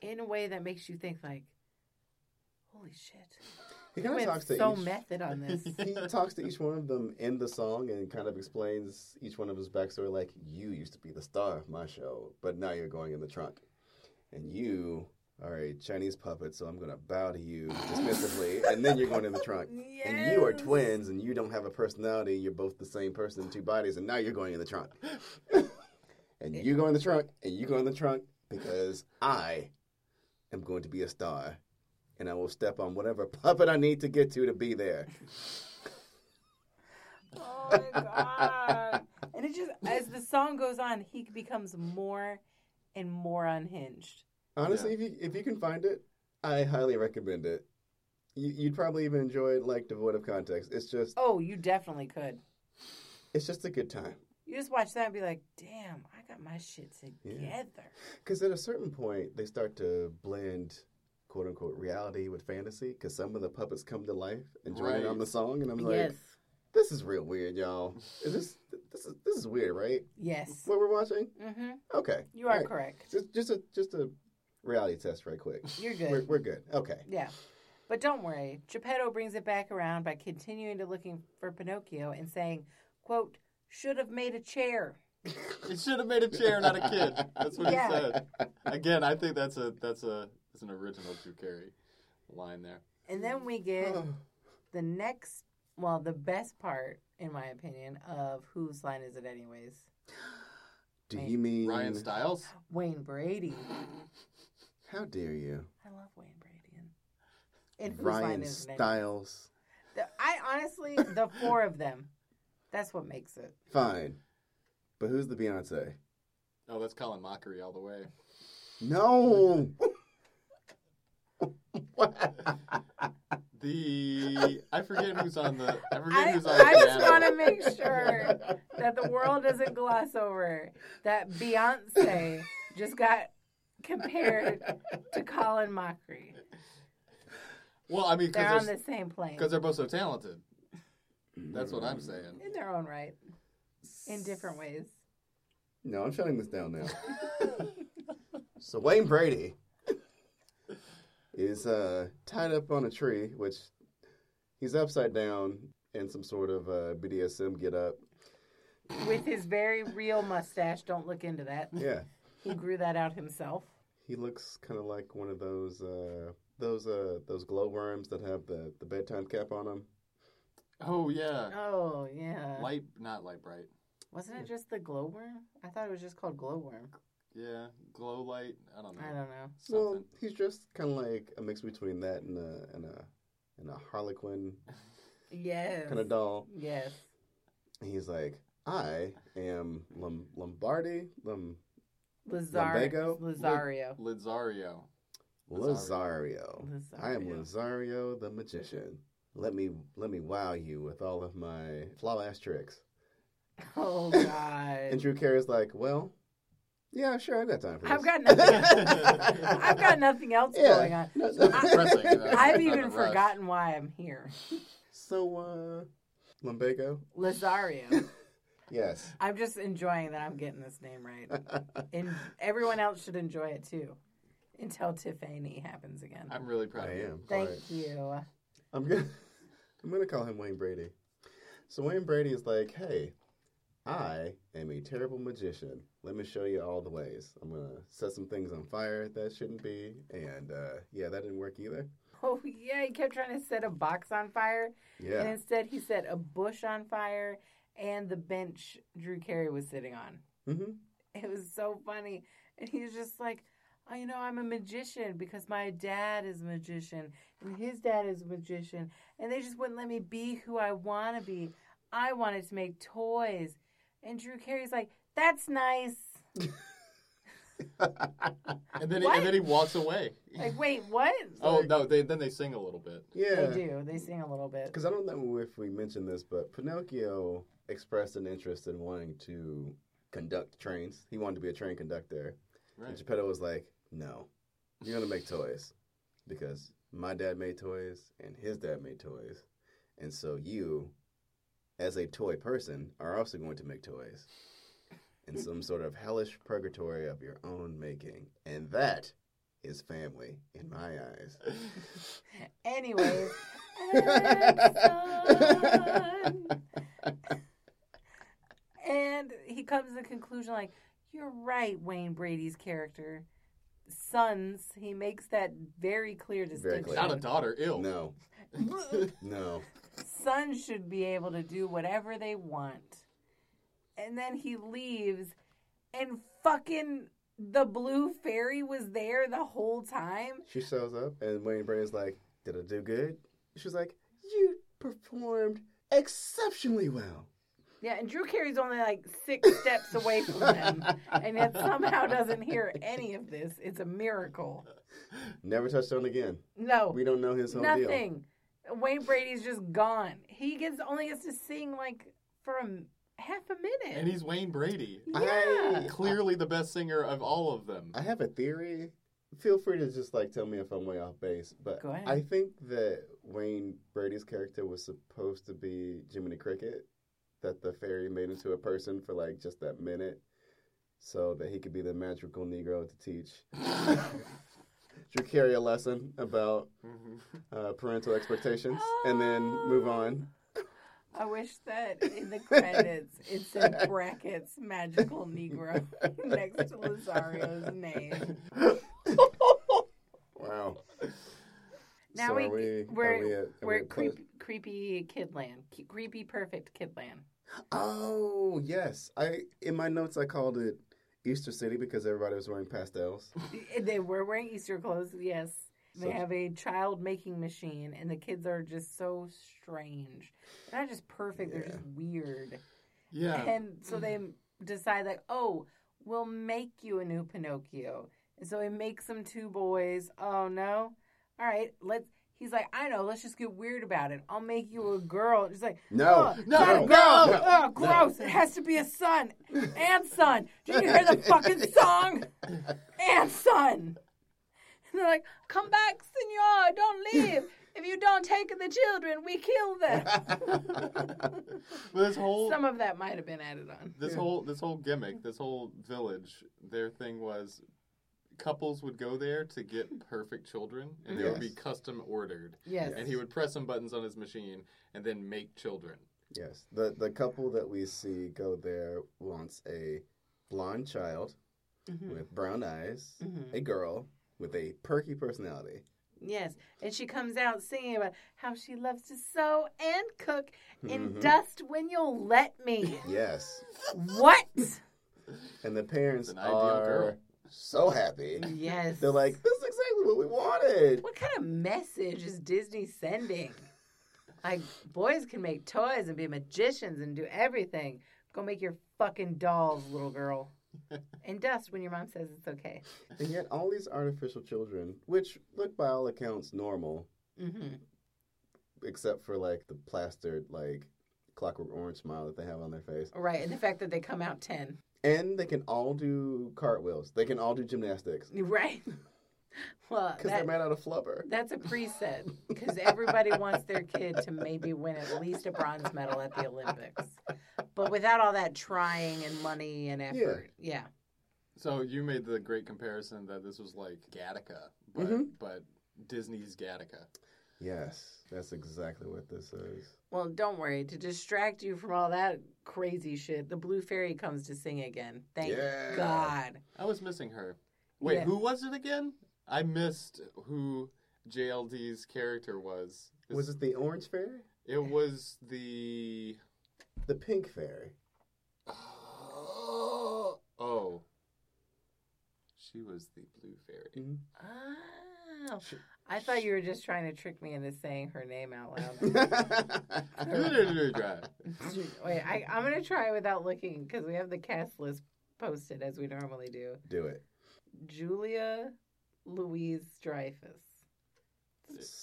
in a way that makes you think like, "Holy shit!"
He
He
kind of
went
talks to
so
each.
method on this.
he talks to each one of them in the song and kind of explains each one of his backstory. Like you used to be the star of my show, but now you're going in the trunk, and you are a Chinese puppet. So I'm going to bow to you dismissively, and then you're going in the trunk. And you are
Yes.
twins, and you don't have a personality. You're both the same person, two bodies, and now you're going in the trunk. and you go in the trunk, and you go in the trunk because I am going to be a star, and I will step on whatever puppet I need to get to to be there.
Oh my god! and it just as the song goes on, he becomes more and more unhinged.
Honestly, if you if you can find it, I highly recommend it. You, you'd probably even enjoy it, like devoid of context. It's just
Oh, you definitely could.
it's just a good time.
You just watch that and be like, damn, I got my shit together.
Because at a certain point, they start to blend quote unquote reality with fantasy. Because some of the puppets come to life and join
Right.
in on the song, and I'm like,
yes.
this is real weird, y'all. Is this this is this is weird, right?
Yes.
What we're watching?
Mm-hmm.
Okay,
You are
Right.
correct.
just just a just a reality test, right quick.
You're good.
We're, we're good. Okay.
Yeah. But don't worry, Geppetto brings it back around by continuing to looking for Pinocchio and saying, quote, should have made a chair.
It should have made a chair, not a kid. That's what
Yeah.
he said. Again, I think that's a that's a that's an original Drew Carey line there.
And then we get
Oh,
the next, well, the best part, in my opinion, of whose line is it, anyways?
do you mean
Ryan Stiles.
Wayne Brady.
How dare you,
I love Wayne Brady. And, and whose line
Ryan
is it? anyways?
Styles?
The- I honestly, the four of them, that's what makes it.
Fine, but who's the Beyonce?
Oh, that's Colin Mockery all the way.
No.
The I forget who's on the I forget
I,
who's on
I
the
just want to
piano.
make sure that the world doesn't gloss over that Beyonce just got compared to Colin Mockery.
Well, I mean,
They're on
because
the same plane
because they're both so talented. That's what I'm
Mm.
saying.
in their own right, in different ways.
No, I'm shutting this down now. so Wayne Brady is uh, tied up on a tree, which he's upside down in some sort of uh, BDSM get up.
With his very real mustache, don't look into that.
Yeah,
He grew that out himself.
he looks kind of like one of those uh, those uh, those glowworms that have the, the bedtime cap on them.
Oh yeah,
Oh yeah,
light not light bright.
wasn't it just the glowworm? I thought it was just called glowworm.
Yeah, glow light. I don't know.
I don't know.
Well,
Something.
he's just kind of like a mix between that and a and a and a Harlequin
Yes.
kind of doll.
Yes.
He's like, I am Lom- Lombardi, Lom-
Lazar-
Lumbago?
Lazario.
Lizario.
Lazario. I am
Lazario.
Lazario the magician. Let me let me wow you with all of my flawless tricks.
Oh
And
God.
Drew Carey's like, well, yeah, sure, I've got time for this.
I've got nothing. I've got nothing else
Yeah.
going on.
No, no.
I-
Pressing, you know,
I've
not
even
a rush.
forgotten why I'm here.
So, uh, Lumbago.
Lazario.
Yes.
I'm just enjoying that I'm getting this name right, and everyone else should enjoy it too, until Tiffany happens again.
I'm really proud
I
of you.
am.
Thank
Alright.
you.
I'm gonna I'm gonna call him Wayne Brady. So Wayne Brady is like, hey, I am a terrible magician. Let me show you all the ways. I'm gonna set some things on fire that shouldn't be, and uh, yeah, that didn't work either.
Oh yeah, he kept trying to set a box on fire, and
Yeah,
instead he set a bush on fire and the bench Drew Carey was sitting on.
mm-hmm.
It was so funny. And he was just like, Oh, you know, I'm a magician because my dad is a magician and his dad is a magician. And they just wouldn't let me be who I want to be. I wanted to make toys. And Drew Carey's like, That's nice.
And then, he,
What?
and then he walks away.
Like, wait, what?
Oh no! They then they sing a little bit.
They
yeah.
do. They sing a little bit.
Because I don't know if we mentioned this, but Pinocchio expressed an interest in wanting to conduct trains. He wanted to be a train conductor, and
Right.
Geppetto was like, "No, you're gonna make toys, because my dad made toys and his dad made toys, and so you, as a toy person, are also going to make toys." In some sort of hellish purgatory of your own making. And that is family in my eyes.
Anyways. and son. And he comes to the conclusion like, you're right, Wayne Brady's character. Sons, he makes that very clear
Very
distinction.
clear.
Not a daughter. Ill.
No, no.
Sons should be able to do whatever they want. And then he leaves, and fucking the blue fairy was there the whole time.
She shows up, and Wayne Brady's like, "Did I do good?" She's like, "You performed exceptionally well."
Yeah, and Drew Carey's only like six steps away from them, and yet somehow doesn't hear any of this. It's a miracle.
Never touched on again.
No,
We don't know his whole deal.
nothing. Wayne Brady's just gone. He gets only gets to sing like for a m- half a minute.
And he's Wayne Brady.
Yeah.
I-
Clearly the best singer of all of them.
I have a theory. Feel free to just like tell me if I'm way off base, but
Go ahead.
I think that Wayne Brady's character was supposed to be Jiminy Cricket, that the fairy made into a person for like just that minute, so that he could be the magical Negro to teach Drew Carey a lesson about
Mhm.
uh, parental expectations, and then move on.
I wish that in the credits it said brackets magical Negro next to Lazario's name.
Wow.
Oh. Now
so
we,
are we are
we're
we at- are we
we're
at close?
creepy, creepy kidland, Ke- creepy perfect kidland.
Oh yes, I in my notes I called it Easter City because everybody was wearing pastels.
They were wearing Easter clothes, yes. They
So-
have a child making machine, and the kids are just so strange. They're not just perfect; they're
Yeah.
just weird.
Yeah. Mm.
And so they decide, like, oh, we'll make you a new Pinocchio. And so he makes them two boys. Oh no! All right, let's. He's like, I know. Let's just get weird about it. I'll make you a girl. She's like,
No,
"Ugh,
no,
not a girl.
no, no,
Ugh, gross. It has to be a son and son. Did you hear the fucking song? And son. And they're like, come back, senor. Don't leave. If you don't take the children, we kill them.
But this whole
Some of that might have been added on.
this
Yeah.
whole this whole gimmick, this whole village, their thing was couples would go there to get perfect children and they would be
Yes.
custom ordered.
Yes.
And he would press some buttons on his machine and then make children.
Yes, the the couple that we see go there wants a blonde child
Mhm.
with brown eyes,
Mhm.
a girl with a perky personality.
Yes, and she comes out singing about how she loves to sew and cook and
Mhm.
dust when you'll let me.
Yes,
what?
and the parents
It's an ideal
are
girl.
so happy.
Yes.
They're like, "This is exactly what we wanted."
what kind of message is Disney sending? Like, boys can make toys and be magicians and do everything. Go make your fucking dolls, little girl. And dust when your mom says it's okay.
And yet, all these artificial children, which look by all accounts normal,
Mm-hmm.
except for like the plastered like clockwork orange smile that they have on their face
Right, and the fact that they come out 10.
and they can all do cartwheels they can all do gymnastics
Right. Well,
because
that,
they're made out of flubber
That's a preset because everybody wants their kid to maybe win at least a bronze medal at the Olympics. But without all that trying and money and effort. Yeah.
So you made the great comparison that this was like Gattaca, but
Mhm.
but Disney's Gattaca.
yes that's exactly what this is
Well, don't worry. To distract you from all that crazy shit, the blue fairy comes to sing again. Thank
Yeah.
God.
I was missing her. Wait,
Yeah.
who was it again? I missed who JLD's character was. This-
was it the orange fairy
It was the.
the pink fairy
Oh. She was the blue fairy.
Mm-hmm. Oh, I thought you were just trying to trick me into saying her name out loud. Wait, I, I'm going to try it without looking because we have the cast list posted as we normally do.
do it
Julia Louise Dreyfus.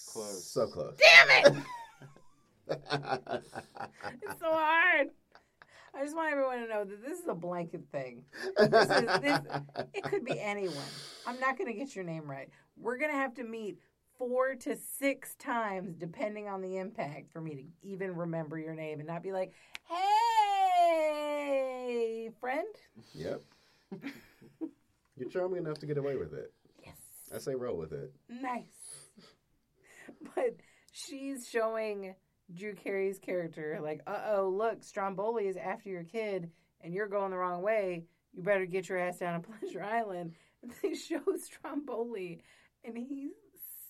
Close.
so close
Damn it! It's so hard. I just want everyone to know that this is a blanket thing. is- this- It could be anyone. I'm not going to get your name right. We're going to have to meet four to six times, depending on the impact, for me to even remember your name and not be like, hey, friend.
yep you're charming enough to get away with it
Yes.
i say roll with it
nice. But she's showing Drew Carey's character, like, uh oh, look, Stromboli is after your kid and you're going the wrong way. You better get your ass down to Pleasure Island. And they show Stromboli and he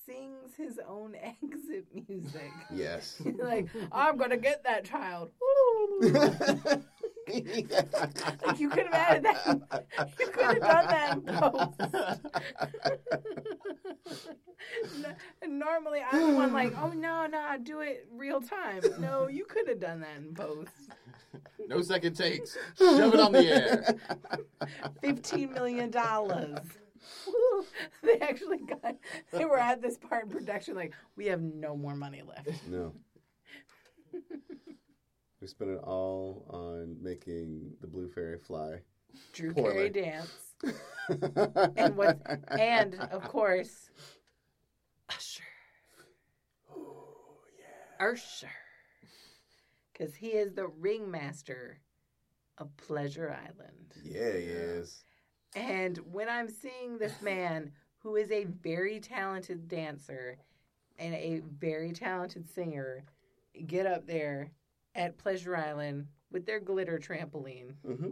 sings his own exit music.
yes
like, I'm going to get that child.
like
you could've added that. You could have done that in post. N- Normally, I'm the one like, oh no, no, do it real time. No, you could have done that in post.
No second takes. Shove it on the air.
Fifteen million dollars. they actually got. They were at this part in production, like we have no more money left.
No. we spent it all on making the blue fairy fly.
Drew
Poorly.
Carey dance, and what? And of course, Usher. Usher, because he is the ringmaster of Pleasure Island.
Yeah, he is.
And when I'm seeing this man who is a very talented dancer and a very talented singer get up there at Pleasure Island with their glitter trampoline,
hmm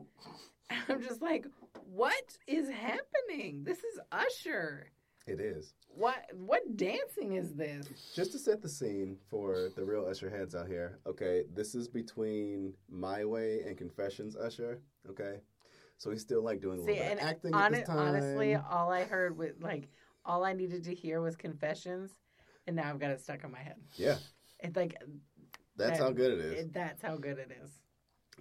I'm just like, what is happening? This is Usher.
It is.
What what dancing is this?
Just to set the scene for the real Usher heads out here, okay, this is between My Way and Confessions Usher, okay? So he's still like doing a little
See,
bit of
and
acting
hon-
at this time.
honestly, all I heard was like all I needed to hear was confessions, and now I've got it stuck in my head.
yeah,
It's like
that's
that-
how good it is.
it, that's how good it is.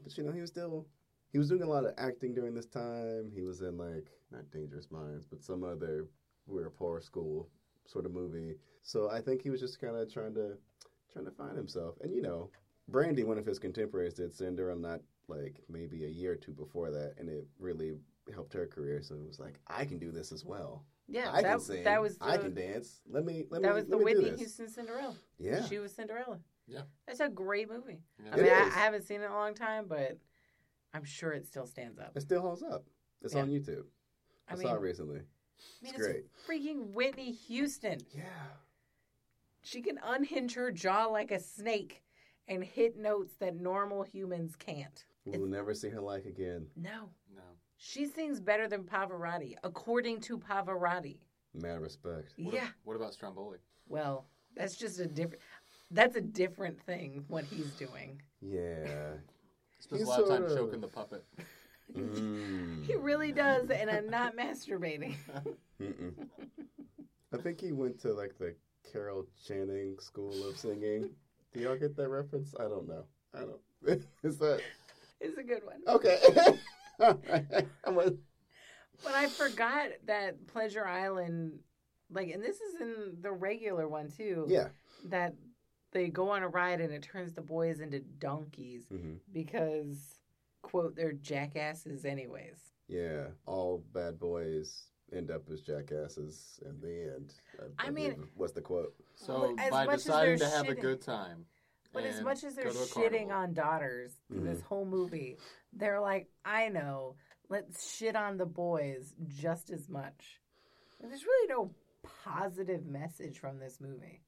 But you know, he was still he was doing a lot of acting during this time. He was in like not Dangerous Minds, but some other we're poor school sort of movie. So I think he was just kind of trying to trying to find himself. And you know, Brandy, one of his contemporaries, did Cinder. I'm not like maybe a year or two before that, and it really helped her career. So it was like I can do this as well.
Yeah,
I
that,
can sing.
that was the,
I can dance. Let me let
that
me
was
let
the
me do
Whitney
this.
Houston Cinderella.
Yeah,
She was Cinderella.
Yeah.
That's a great movie. I
It
mean, I, I
is.
haven't seen it in a long time, but I'm sure it still stands up.
it still holds up. It's
Yeah.
on YouTube. I,
I mean,
saw it recently.
I mean,
It's great.
freaking Whitney Houston.
Yeah.
She can unhinge her jaw like a snake and hit notes that normal humans can't.
We will never see her like again.
No.
No.
She sings better than Pavarotti, according to Pavarotti.
Mad respect.
What
yeah.
ab- what about Stromboli?
Well, that's just a different. That's a different thing. What he's doing.
Yeah.
Spends
He's
a lot of time
sort of-
choking the puppet.
Mm.
He really does, and I'm not masturbating.
Mm-mm. I think he went to like the Carol Channing School of Singing. Do y'all get that reference? I don't know. I don't. Is that
It's a good one.
okay? All right. I'm like,
But I forgot that Pleasure Island, like, and this is in the regular one too.
yeah.
That they go on a ride and it turns the boys into donkeys
hmm
because, quote, they're jackasses anyways.
Yeah. All bad boys end up as jackasses in the end.
I mean-
believe what's the quote?
So
as
by
much as
deciding to
they're
have a
shitting-
good time.
But as
and
much as they're
go to a
shitting
carnival-
on daughters through this whole movie, they're like, I know, let's shit on the boys just as much. And there's really no positive message from this movie.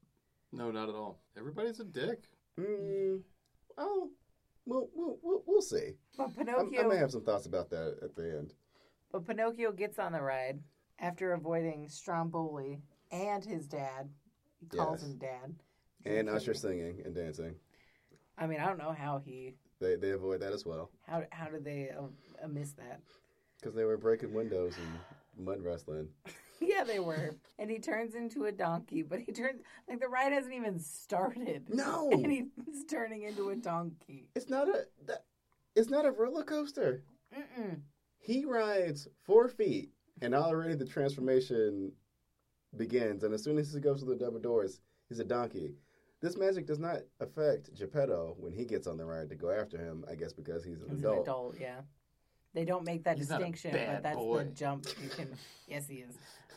No, not at all. Everybody's a dick.
Mm. Oh, we'll we'll we'll, we'll see.
But
I'm- I
Pinocchio
may have some thoughts about that at the end.
But Pinocchio gets on the ride after avoiding Stromboli and his dad. He calls
Yes.
him dad.
And Usher singing and dancing.
I mean, I don't know how he
They they avoid that as well
how how did they um, uh, miss that?
because they were breaking windows and mud wrestling.
yeah, they were. And he turns into a donkey, but he turns like the ride hasn't even started.
No,
And he's turning into a donkey.
it's not a that, it's not a roller coaster.
Mm-mm.
He rides four feet, and already the transformation begins. And as soon as he goes through the double doors, he's a donkey. This magic does not affect Geppetto when he gets on the ride to go after him. I guess because he's an
He's
adult.
an adult, yeah. They don't make that
He's not a
distinction,
bad
but that's
boy.
the jump you can. Yes, he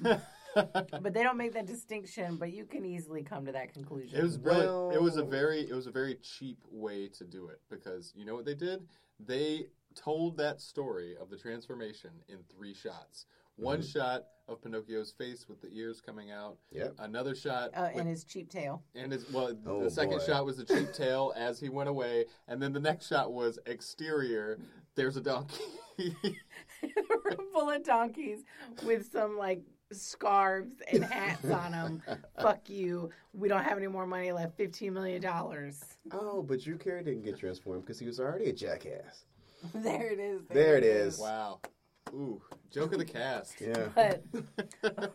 is.
it
But they don't make that distinction, but you can easily come to that conclusion.
was really it was a
Well-
very it was a very cheap way to do it because you know what they did? They told that story of the transformation in three shots. One
Mhm.
shot of Pinocchio's face with the ears coming out.
Yep.
Another shot
uh,
with
and his cheap tail.
And his well,
Oh,
the second
boy.
shot was the cheap tail as he went away, and then the next shot was exterior. There's a donkey.
full of donkeys with some like scarves and hats on them. Fuck you. We don't have any more money left. $15 million.
Oh, but Drew Carey didn't get transformed because he was already a jackass.
There it is.
There it is.
wow. Ooh, joke of the cast.
Yeah.
But,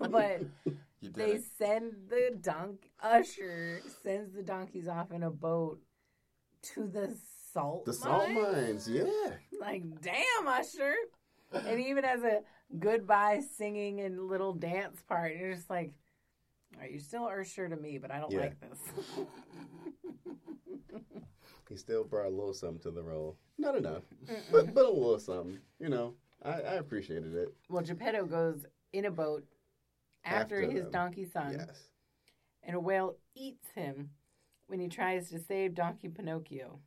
but
you did
they
it.
send the donk, Usher sends the donkeys off in a boat to the salt.
The salt
mine?
mines, yeah.
Like, damn, Usher. And he even has a goodbye singing and little dance part. And you're just like, all right, you're still Usher to me, but I don't
Yeah.
like this.
He still brought a little something to the role. Not enough, but but a little something. You know, I, I appreciated it.
well, Geppetto goes in a boat after,
After
his
them.
donkey son,
Yes.
and a whale eats him when he tries to save Donkey Pinocchio.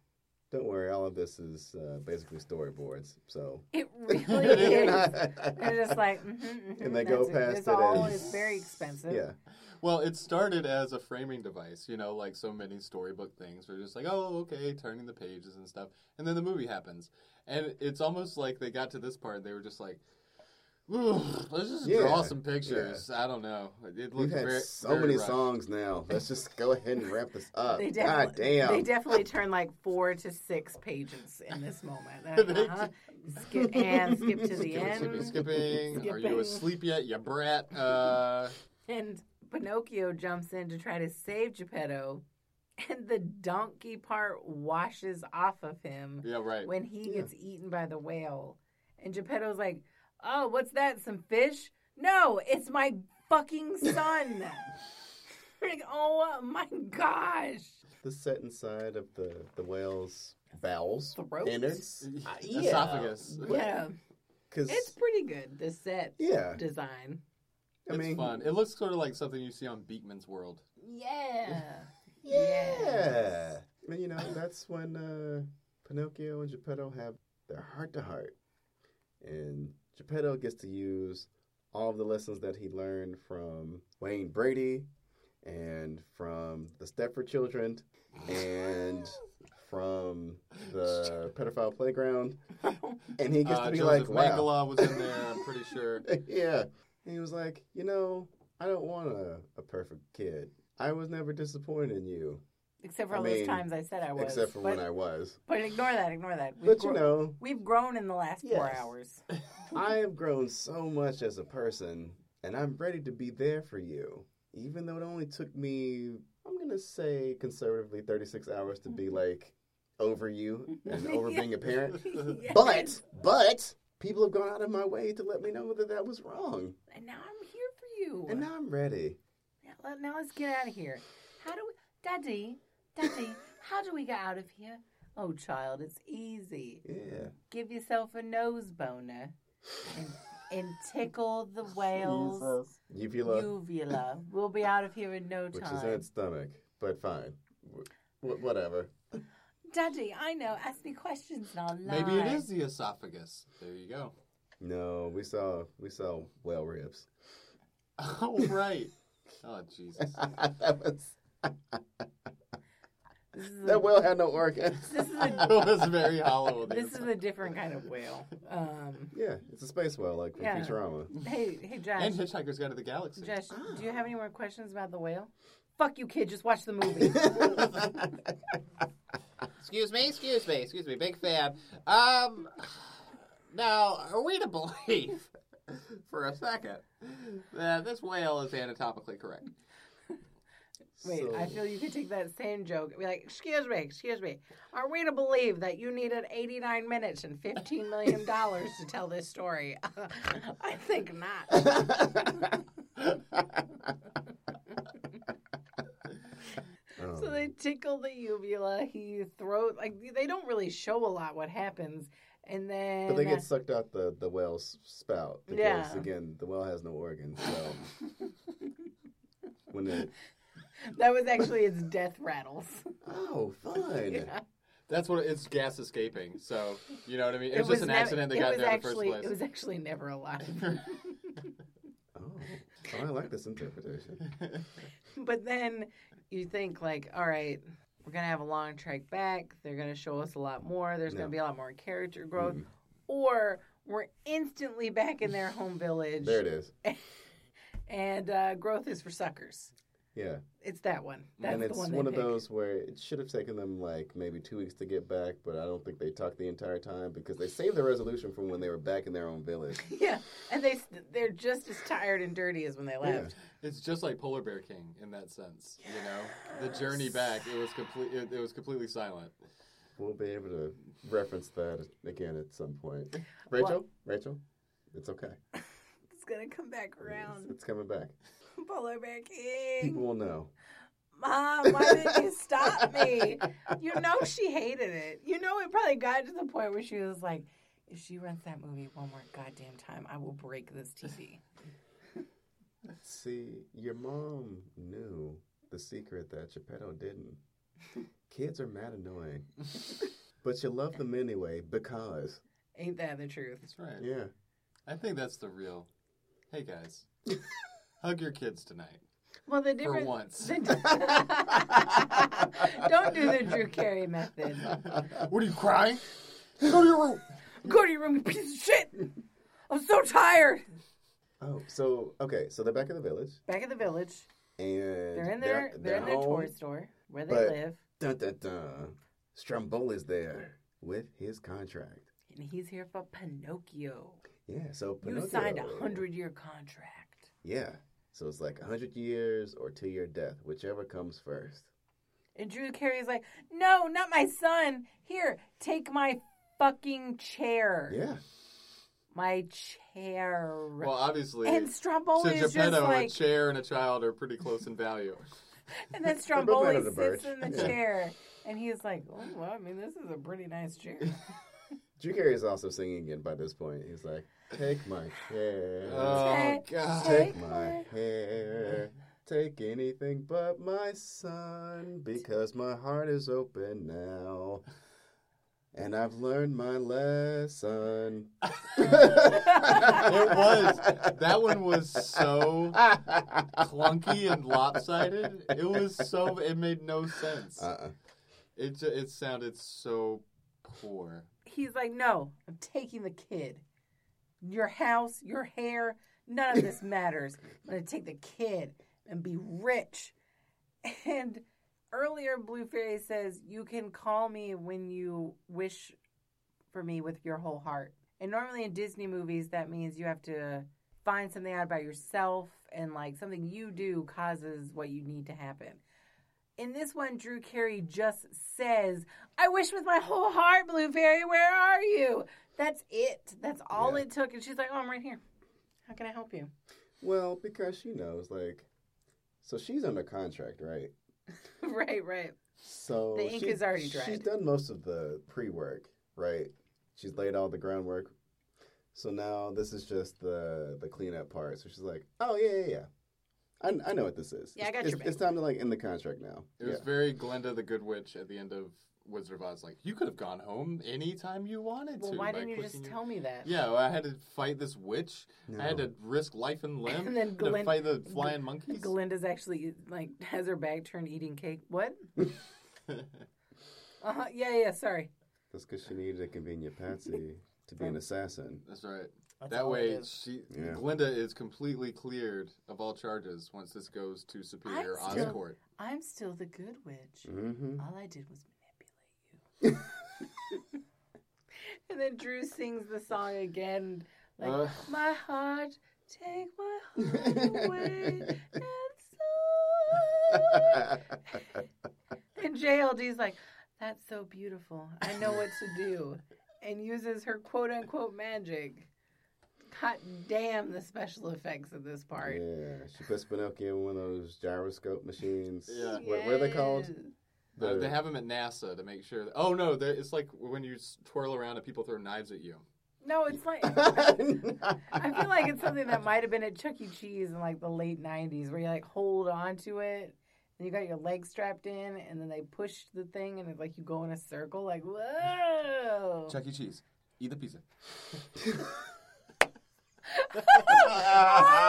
Don't worry, all of this is uh, basically storyboards. So.
It really is. They're just
and
like, mm-hmm, mm-hmm,
they go
that's
past
It's
it
all
as-
is very expensive.
Yeah.
Well, it started as a framing device, you know, like so many storybook things. We're just like, oh, okay, turning the pages and stuff. And then the movie happens. And it's almost like they got to this part, they were just like, "Ugh, let's just
Yeah,
draw some pictures. I don't know.
We've
It looked
had
very,
so
very
many
rushed.
songs now. Let's just go ahead and wrap this up.
They
God
definitely-
damn.
They definitely turn like four to six pages in this moment. They're like,
They
uh-huh. Skip and skip to the
Skipping, skipping,
end.
skipping. Are
Skipping.
you asleep yet, you brat? Uh,
And Pinocchio jumps in to try to save Geppetto, and the donkey part washes off of him
yeah, right.
when he
Yeah.
gets eaten by the whale. And Geppetto's like, Oh, what's that? Some fish? No, it's my fucking son. like, oh my gosh.
the set inside of the, the whale's bowels.
Throat?
Innards. yeah.
Esophagus.
uh, Yeah.
Because,
It's pretty good, this set
yeah.
design.
I mean,
it's fun. It looks sort of like something you see on Beekman's World.
Yeah.
Yeah. And you know, that's when uh, Pinocchio and Geppetto have their heart to heart. And Geppetto gets to use all of the lessons that he learned from Wayne Brady and from the Stepford children and from the pedophile playground. And he gets
Uh,
to be like,
Joseph
wow.
Mangala was in there, I'm pretty sure.
yeah. And he was like, you know, I don't want a, a perfect kid. I was never disappointed in you,
Except for
I
all those
mean,
times I said I was.
except for
but,
when I was.
But ignore that, ignore that. We've,
But you
gro-
know,
we've grown in the last four
Yes.
hours.
I have grown so much as a person, and I'm ready to be there for you. Even though it only took me, I'm gonna say conservatively 36 hours to
Mm-hmm.
be like over you and over being a parent.
Yes.
But, but people have gone out of my way to let me know that that was wrong,
And now I'm here for you.
and now I'm ready.
Now, let- now let's get out of here. How do we. Daddy, Daddy, how do we get out of here? Oh, child, it's easy.
Yeah,
Give yourself a nose boner and, and tickle the whales.
uvula,
Uvula. We'll be out of here in no
which
time.
is in stomach, but fine, w- whatever.
Daddy, I know. Ask me questions and I'll lie.
Maybe it is the esophagus. There you go.
No, we saw we saw whale ribs.
Oh, right. oh, Jesus.
that was.
This is a,
That whale had no organs.
This is a-
It was very hollow. on the
this is
inside.
a different kind of whale. Um,
Yeah, it's a space whale like from
Yeah.
Futurama.
hey, hey, Josh.
and Hitchhiker's Guide to the Galaxy.
Josh,
Ah.
do you have any more questions about the whale? Fuck you, kid. Just watch the movie.
Excuse me, excuse me, excuse me, big fan. Um, now, are we to believe for a second that this whale is anatomically correct?
Wait,
So-
I feel you could take that same joke and be like, "Excuse me, excuse me. Are we to believe that you needed 89 minutes and 15 million dollars to tell this story?" I think not.
Um,
So they tickle the uvula. He throat like they don't really show a lot what happens, and then
but they get sucked out the, the whale's spout because
Yeah.
again the whale has no organs. So when it
that was actually its death rattles.
oh fun
That's what it's gas escaping. So you know what I mean. It, was, just an
nev-
accident that
it
got
was
there
actually,
in the
It
first
was actually never alive.
place.
oh. oh I like this interpretation.
but then you think like, all right, we're gonna have a long trek back. They're gonna show us a lot more. There's
No.
gonna be a lot more character
Mm-hmm.
growth, or we're instantly back in their home village,
There it is.
and uh, growth is for suckers.
Yeah,
It's that one. That's
and
the
it's
one,
one,
they
of
pick.
those where it should have taken them like maybe two weeks to get back, but I don't think they talked the entire time because they saved the resolution from when they were back in their own village.
Yeah, and they they're just as tired and dirty as when they left.
It's just like Polar Bear King in that sense, you know. The journey back, it was complete. It, it was completely silent.
We'll be able to reference that again at some point. Rachel, Rachel, it's okay.
It's gonna come back
It's,
around.
it's coming back.
Polar bear king.
People will know.
Mom, why didn't you stop me? You know she hated it. You know it probably got to the point where she was like, if she rents that movie one more goddamn time, I will break this TV.
See, your mom knew the secret that Geppetto didn't. Kids are mad annoying, but you love them anyway because
Ain't that the truth?
That's right.
yeah.
I think that's the real. Hey guys, hug your kids tonight
Well, the
for
difference.
once.
Don't do the Drew Carey method.
what are you crying? Go to your room.
Go to your room, you piece of shit. I'm so tired.
Oh, so okay, so they're back in the village,
Back at the village,
and
they're in their they're, in their
home.
toy store where they
but-
live,
Dun dun dun. Stromboli's there with his contract.
and he's here for Pinocchio.
Yeah, so
You signed a
Pinocchio-
hundred year contract,
Yeah, so it's like a hundred years or two year death, whichever comes first.
and Drew Carey's like, "No, not my son. Here, take my fucking chair,
Yeah,
my chair."
Well, obviously,
and
to
Stromboli is just
Geppetto, uh,
like,
a chair and a child are pretty close in value.
and then
They're both out
Stromboli
of the
sits
birch.
in the
Yeah.
chair, and he's like, "Oh, well, I mean, this is a pretty nice chair."
Drew Carey is also singing again by this point. He's like, "Take my hair,
Oh
Take-
God!
take
take
my hair, take anything but my son, because my heart is open now, and I've learned my lesson."
It was that one was so clunky and lopsided. It was so it made no sense.
Uh-uh.
It ju- it sounded so poor.
he's like, "No, I'm taking the kid. Your house, your hair, none of this matters. I'm gonna take the kid and be rich." And earlier, Blue Fairy says, "You can call me when you wish for me with your whole heart." And normally in Disney movies, that means you have to find something out about yourself and like something you do causes what you need to happen. In this one, Drew Carey just says, I wish with my whole heart, Blue Fairy, where are you? That's it. That's all
Yeah.
it took. And she's like, Oh, I'm right here. How can I help you?
Well, because she knows, like, so she's under contract, right?
right, right.
So
The ink
she-
is already
She's
dried.
done most of the pre-work, right? She's laid all the groundwork. So now this is just the the cleanup part. So she's like, "Oh yeah, yeah, yeah. I, I know what this is.
Yeah, I got
it's,
your
it's, it's time to like end the contract now.
It was
Yeah.
very Glinda the Good Witch at the end of Wizard of Oz. Like you could have gone home anytime you wanted
Well,
to.
why
by
didn't you
clicking
just
your-
tell me that?
Yeah, well, I had to fight this witch. I had
No.
to risk life and limb
And then Glin-
to fight the flying monkeys.
Glinda's actually like has her back turned eating cake. What? Uh-huh. Yeah, yeah, sorry.
That's because she needed a convenient patsy to be an assassin.
That's right.
That's
that
all it
way,
is.
she
Yeah.
Glinda is completely cleared of all charges once this goes to Superior
I'm
Oz
still-
Court.
I'm still the good witch.
Mm-hmm.
All I did was manipulate you. and then Drew sings the song again, like
Uh.
my heart, take my heart away. and so and JLD's like, that's so beautiful. I know what to do. And uses her quote unquote magic. God damn the special effects of this part.
Yeah, she puts Pinocchio in one of those gyroscope machines.
Yeah.
What, what are they called?
Yes.
Uh,
The-
they have them at NASA to make sure. oh no, they're- it's like when you s- twirl around and people throw knives at you.
No, it's like I feel like it's something that might have been at Chuck E. Cheese in like the late '90s, where you like hold on to it, and you got your leg strapped in, and then they push the thing, and it's like you go in a circle, like whoa.
Chuck E. Cheese, eat the pizza.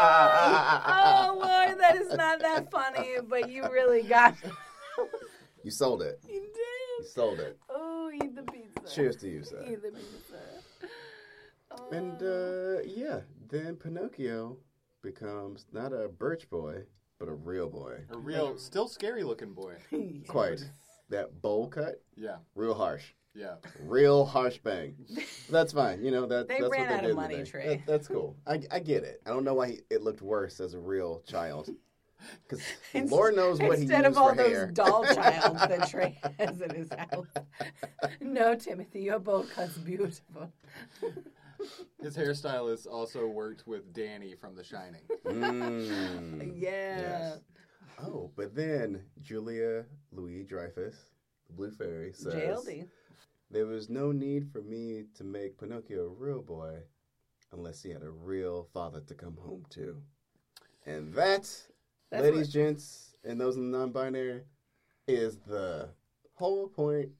Oh Lord, that is not that funny, but you really got me.
you sold it.
You
You
did.
sold it.
Oh, eat the pizza.
Cheers to you, sir.
Eat the pizza. Oh.
And uh, yeah, then Pinocchio becomes not a birch boy, but a real boy.
A real, still scary looking boy.
Quite. That bowl cut,
Yeah,
real harsh,
yeah.
real harsh bang. That's fine. You know that.
They
that's
ran
what they
out of
did in the
money,
day.
Trey.
That- that's cool. I, I get it. I don't know why he, it looked worse as a real child. Because
Inst-
Lord knows what
Instead
he
of
used
all
for
those
hair.
doll childs that Trey has in his house. No, Timothy, your bowl cut's beautiful.
His hairstylist also worked with Danny from The Shining.
Yeah.
Mm. Oh, but then Julia Louis Dreyfus, the Blue Fairy, says
JLD.
there was no need for me to make Pinocchio a real boy unless he had a real father to come home to. And that,
That's
ladies, gents, and those in the non binary, is the whole point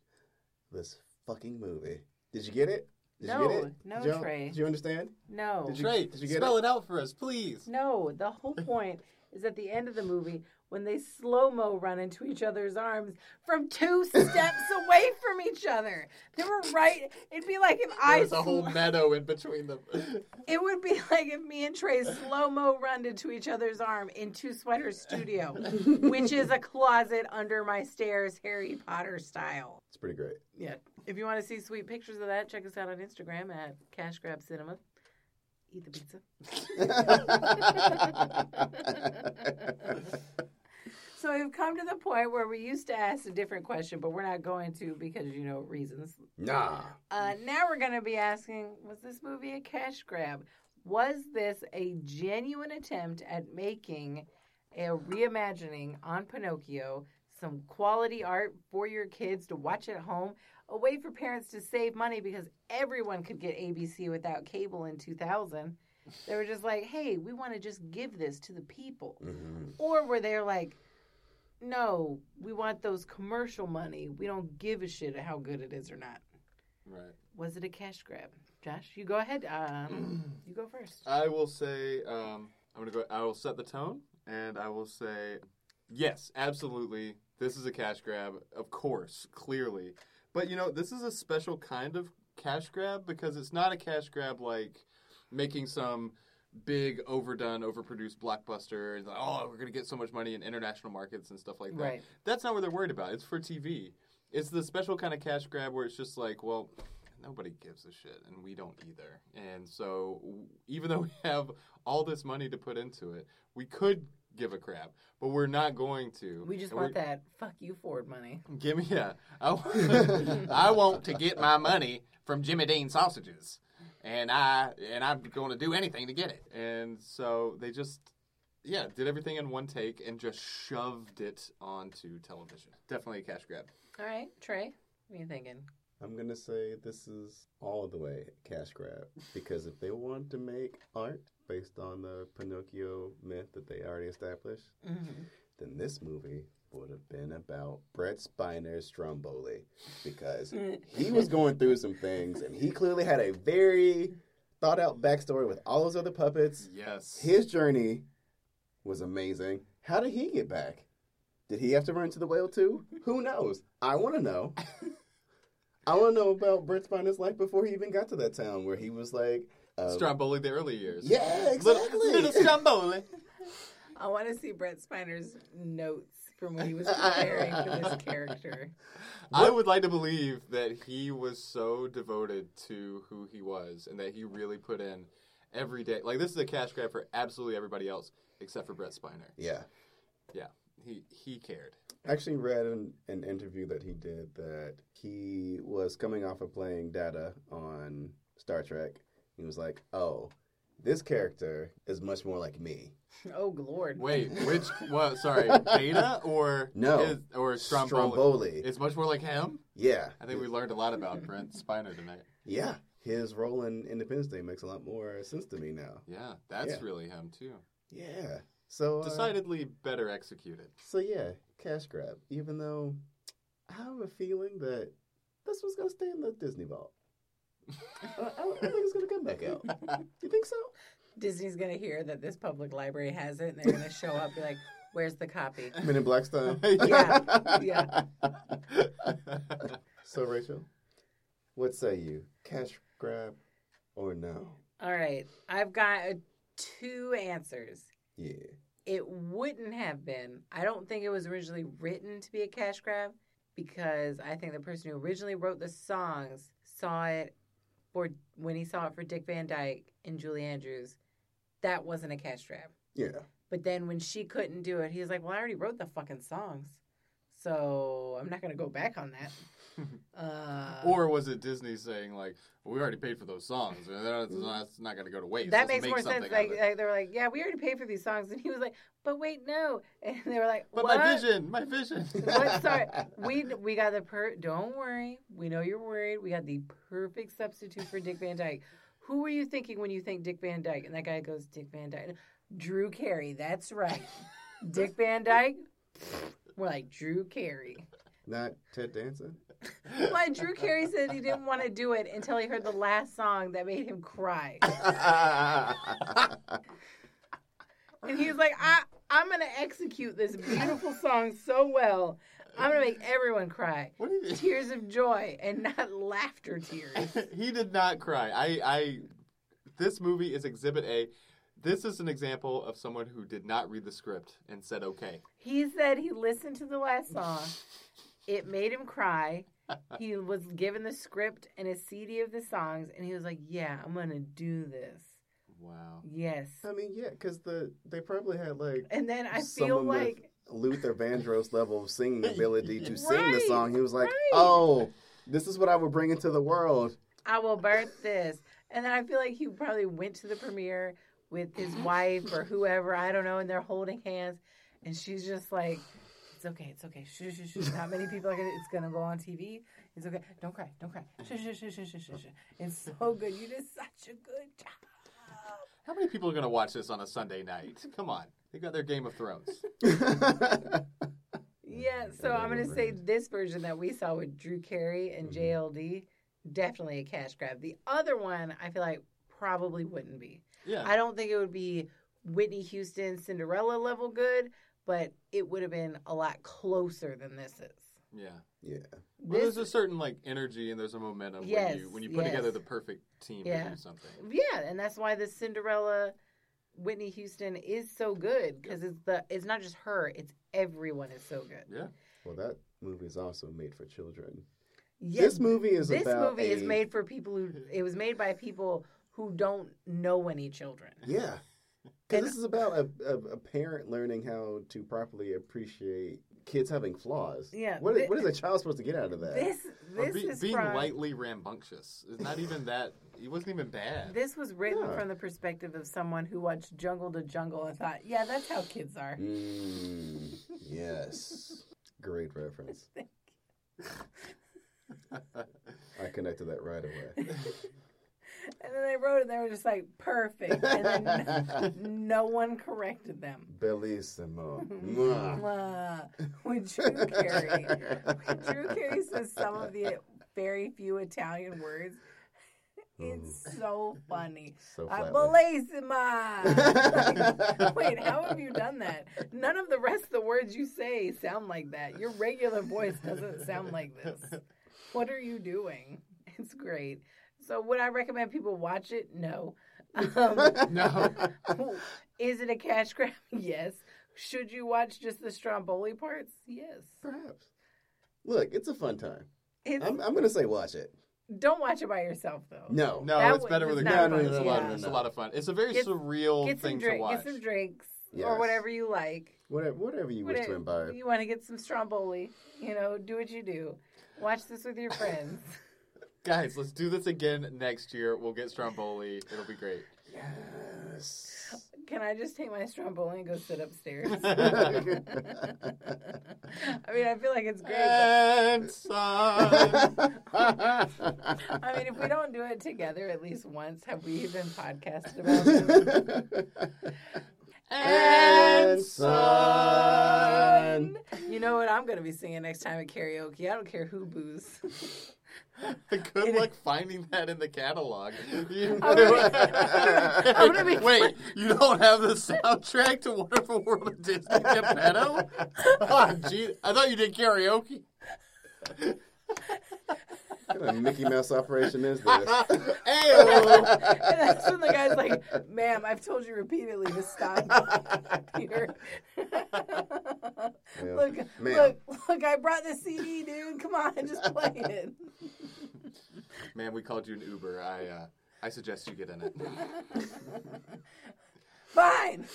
of this fucking movie. Did you get it? Did you get
No,
it?
no,
Did you-
Trey.
Did you understand?
No.
Did you-
Trey,
you get
spell it? out for us, please.
No, the whole point is at the end of the movie when they slow mo run into each other's arms from two steps away from each other. They were right. It'd be like if I.
There's a whole
sl-
meadow in between them.
it would be like if me and Trey slow mo run into each other's arm in Two Sweater Studio, which is a closet under my stairs, Harry Potter style.
It's pretty great.
Yeah. If you want to see sweet pictures of that, check us out on Instagram at Cash Grab Cinema. Eat the pizza. So we've come to the point where we used to ask a different question, but we're not going to because you know reasons.
nah.
Uh, now we're going to be asking: Was this movie a cash grab? Was this a genuine attempt at making a reimagining on Pinocchio, some quality art for your kids to watch at home, a way for parents to save money because everyone could get ABC without cable in 2000? They were just like, "Hey, we want to just give this to the people."
Mhm.
or where they're like, no, we want those commercial money. We don't give a shit how good it is or not.
right.
Was it a cash grab? Josh, you go ahead. Um, you go first.
I will say um, I'm gonna go. I will set the tone, and I will say yes, absolutely. This is a cash grab, of course, clearly. But you know, this is a special kind of cash grab because it's not a cash grab like making some big, overdone, overproduced blockbuster. And like, oh, we're gonna get so much money in international markets and stuff like that.
Right.
That's not what they're worried about. It's for TV. It's the special kind of cash grab where it's just like, well, nobody gives a shit, and we don't either. And so, w- even though we have all this money to put into it, we could give a crap, but we're not going to.
We just
And
want
we're-
that fuck you Ford money.
Give me a. I, w- I want to get my money from Jimmy Dean sausages, and I and I'm going to do anything to get it. And so they just, yeah, did everything in one take and just shoved it onto television. Definitely a cash grab.
All right, Trey, what are you thinking?
I'm gonna say this is all the way cash grab because if they want to make art based on the Pinocchio myth that they already established, then this movie would have been about Brett Spiner's Stromboli because he was going through some things and he clearly had a very thought out backstory with all those other puppets.
Yes.
His journey was amazing. How did he get back? Did he have to run to the whale too? Who knows? I want to know. I want to know about Brent Spiner's life before he even got to that town where he was like, uh,
Stromboli the early years.
yeah, exactly.
Little, little Stromboli.
I want to see Brett Spiner's notes from when he was preparing for this character.
I would like to believe that he was so devoted to who he was and that he really put in every day. Like this is a cash grab for absolutely everybody else except for Brett Spiner.
yeah.
He he cared.
actually read an, an interview that he did that he was coming off of playing Data on Star Trek. He was like, oh, this character is much more like me.
Oh, Lord.
Wait, which what? Sorry, Beta or
No.
is- or Stromboli?
Stromboli.
It's much more like him.
Yeah.
I think we learned a lot about Brent Spiner tonight.
Yeah, his role in Independence Day makes a lot more sense to me now.
Yeah, that's
Yeah.
really him too.
Yeah. So uh,
Decidedly better executed.
So yeah, cash grab. Even though I have a feeling that this was gonna stay in the Disney vault. I, I, I think it's gonna come back out. You think so?
Disney's going to hear that this public library has it, and they're going to show up and be like, where's the copy?
Men in Black style.
Yeah, yeah.
So Rachel, what say you? Cash grab or no?
All right, I've got uh, two answers.
Yeah.
it wouldn't have been. I don't think it was originally written to be a cash grab because I think the person who originally wrote the songs saw it for when he saw it for Dick Van Dyke and Julie Andrews. That wasn't a cash grab.
Yeah.
But then when she couldn't do it, he's like, "Well, I already wrote the fucking songs, so I'm not gonna go back on that." Uh,
Or was it Disney saying like, "We already paid for those songs. and That's that's not going to go to waste."
Mm. that
Let's
makes
make
more
something
sense.
of
Like,
it."
like they were like, "Yeah, we already paid for these songs," and he was like, "But wait, no." And they were like,
but
"What?"
my vision, my vision.
What? Sorry, we we got the per. Don't worry, we know you're worried. We got the perfect substitute for Dick Van Dyke. Who were you thinking when you think Dick Van Dyke? And that guy goes, Dick Van Dyke. Drew Carey. That's right, Dick Van Dyke. We're like Drew Carey.
Not Ted Danson.
Why Drew Carey said he didn't want to do it until he heard the last song that made him cry, and he was like, I I'm gonna execute this beautiful song so well. I'm gonna make everyone cry.
What did he,
Tears of joy and not laughter tears.
he did not cry. I, I, this movie is Exhibit A. This is an example of someone who did not read the script and said okay.
He said he listened to the last song. It made him cry. He was given the script and a CD of the songs, and he was like, "Yeah, I'm gonna do this.
Wow.
Yes."
I mean, yeah, because the they probably had like
And then I feel
Someone with-
like
Luther Vandross level of singing ability to sing the
Right,
song. He was like,
right.
"Oh, this is what I would bring into the world."
I will birth this, and then I feel like he probably went to the premiere with his wife or whoever I don't know, and they're holding hands, and she's just like. It's okay. It's okay. Shh, shh, shh. Not many people are gonna. It's gonna go on TV. It's okay. Don't cry. Don't cry. Shh, shh, shh, shh, shh, shh, shh. It's so good. You did such a good job.
How many people are going to watch this on a Sunday night? Come on. They got their Game of Thrones.
Yeah, so
And
I'm
then
gonna
we'll
say
bring it.
this version that we saw with Drew Carey and
Mhm.
JLD definitely a cash grab. The other one I feel like probably wouldn't be.
Yeah.
I don't think it would be Whitney Houston Cinderella level good, but it would have been a lot closer than this is.
Yeah.
yeah,
Well,
This,
there's a certain like energy and there's a momentum
Yes,
when you when you put
yes.
together the perfect team to
Yeah.
do something.
yeah, and that's why the Cinderella Whitney Houston is so good because it's the it's not just her, it's everyone is so good.
Yeah.
well, that movie is also made for children.
Yes,
This movie is
this
about
movie is
a-
made for people who it was made by people who don't know any children
Yeah. Because
And-
this is about a, a, a parent learning how to properly appreciate kids having flaws.
Yeah,
What, is-
thi-
what is a child supposed to get out of that?
this
Or
this
be-
is
being
from,
lightly rambunctious. It's not even that. It wasn't even bad.
this was written
Yeah.
from the perspective of someone who watched jungle to jungle and thought yeah that's how kids are
Mm, yes. Great reference. I connected that right away.
and then they wrote it and they were just like perfect and then no one corrected them
Bellissimo. Mwah.
Mwah. with drew carey drew carey says some of the very few italian words it's so funny
So
I
flatly.
bellissima. Wait, how have you done that? None of the rest of the words you say sound like that. Your regular voice doesn't sound like this. What are you doing? It's great. So, would I recommend people watch it? No. Um,
No.
is it a cash grab? Yes. Should you watch just the Stromboli parts? Yes.
Perhaps. Look, it's a fun time.
It's,
I'm, I'm going to say watch it.
don't watch it by yourself, though.
No.
No,
That
it's
wa-
better
was
with a
not
group.
fun.
It's a lot.
Yeah.
It's a lot of fun. It's a very
Get-
surreal
Get some,
thing to
drink,
watch.
get some drinks
Yes.
or whatever you like.
Whatever, whatever you wish to
Whatever.
imbibe.
You want to get some Stromboli, you know, do what you do. Watch this with your friends.
Guys, let's do this again next year. We'll get Stromboli. It'll be great.
Yes.
Can I just take my Stromboli and go sit upstairs?
And
I mean, I feel like it's great. But,
and son.
I mean, if we don't do it together at least once, have we even podcasted about this?
and son.
son.
You know what I'm going to be singing next time at karaoke? I don't care who boos.
Good luck finding that in the catalog. You-
gonna- I'm gonna be-
Wait, you don't have the soundtrack to Wonderful World of Disney Geppetto? Oh, gee, I thought you did karaoke.
What kind of Mickey Mouse operation is this?
Ayo.
And that's when the guy's like, ma'am, I've told you repeatedly to stop here.
Well,
look,
ma'am.
look, look, I brought the CD, dude. Come on, just play it.
Man, we called you an Uber. I uh, I suggest you get in it.
Fine.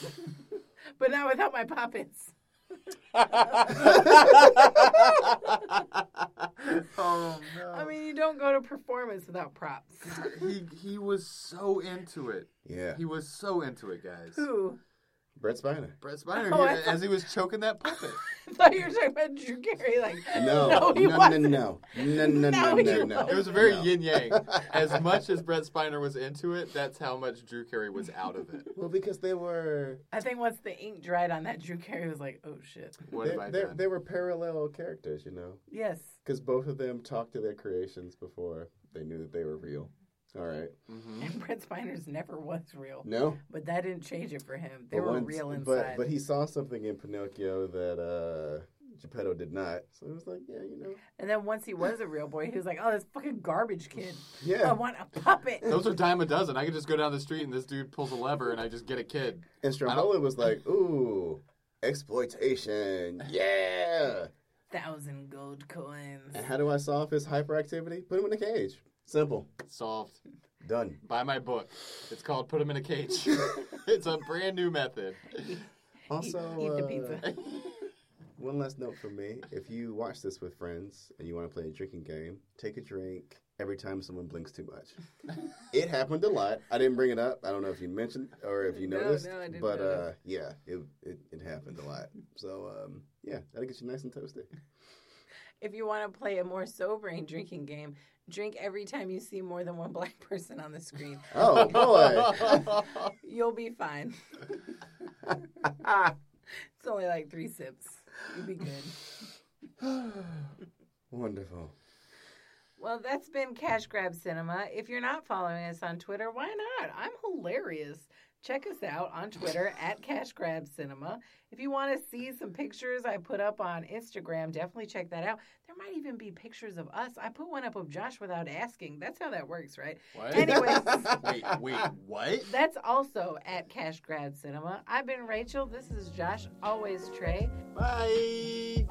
but not without my poppets.
oh no!
I mean, you don't go to performance without props.
he he was so into it.
Yeah.
He was so into it, guys.
Who?
Brett Spiner.
Brett Spiner,
Oh,
he-
I thought-
as he was choking that puppet.
I thought you were talking about Drew Carey. Like,
No.
no, he
no, no,
wasn't.
no. No, no, no,
No, he
no, no.
wasn't.
It was very
Oh, No.
yin yang. As much as Brett Spiner was into it, that's how much Drew Carey was out of it.
Well, because they were
I think once the ink dried on that, Drew Carey was like, "Oh shit."
What
they,
have I
they,
done?
they were parallel characters, you know,
Yes.
because both of them talked to their creations before they knew that they were real. All right.
Mhm.
And Brett Spiner's never was real,
No.
but that didn't change it for him. They
but
were
once-
real
But
inside.
but he saw something in Pinocchio that uh Geppetto did not. So it was like, yeah, you know,
and then once he was a real boy, he was like, "Oh, this fucking garbage kid. I
yeah.
want a puppet."
Those are dime a dozen. I could just go down the street and this dude pulls a lever and I just get a kid.
And Stromboli was like, ooh, exploitation, yeah.
Thousand gold coins.
And how do I solve his hyperactivity? Put him in a cage. Simple.
Solved.
Done.
Buy my book. It's called Put Him in a Cage. it's a brand new method.
Also,
eat the
uh,
pizza.
One last note from me. If you watch this with friends and you want to play a drinking game, take a drink every time someone blinks too much. it happened a lot. I didn't bring it up. I don't know if you mentioned or if you
No, no,
noticed.
I didn't
but uh,
notice.
yeah, it, it, it happened a lot. So um, yeah, that'll get you nice and toasty.
If you want to play a more sobering drinking game, drink every time you see more than one black person on the screen.
Oh, boy.
You'll be fine. It's only like three sips. You'll be good.
Wonderful.
Well, that's been Cash Grab Cinema. If you're not following us on Twitter, why not? I'm hilarious. Check us out on Twitter at Cash Grab Cinema. If you want to see some pictures I put up on Instagram, definitely check that out. There might even be pictures of us. I put one up of Josh without asking. That's how that works, right?
what?
Anyways.
Wait, wait, what?
That's also at Cash Grab Cinema. I've been Rachel. This is Josh, always Trey.
Bye.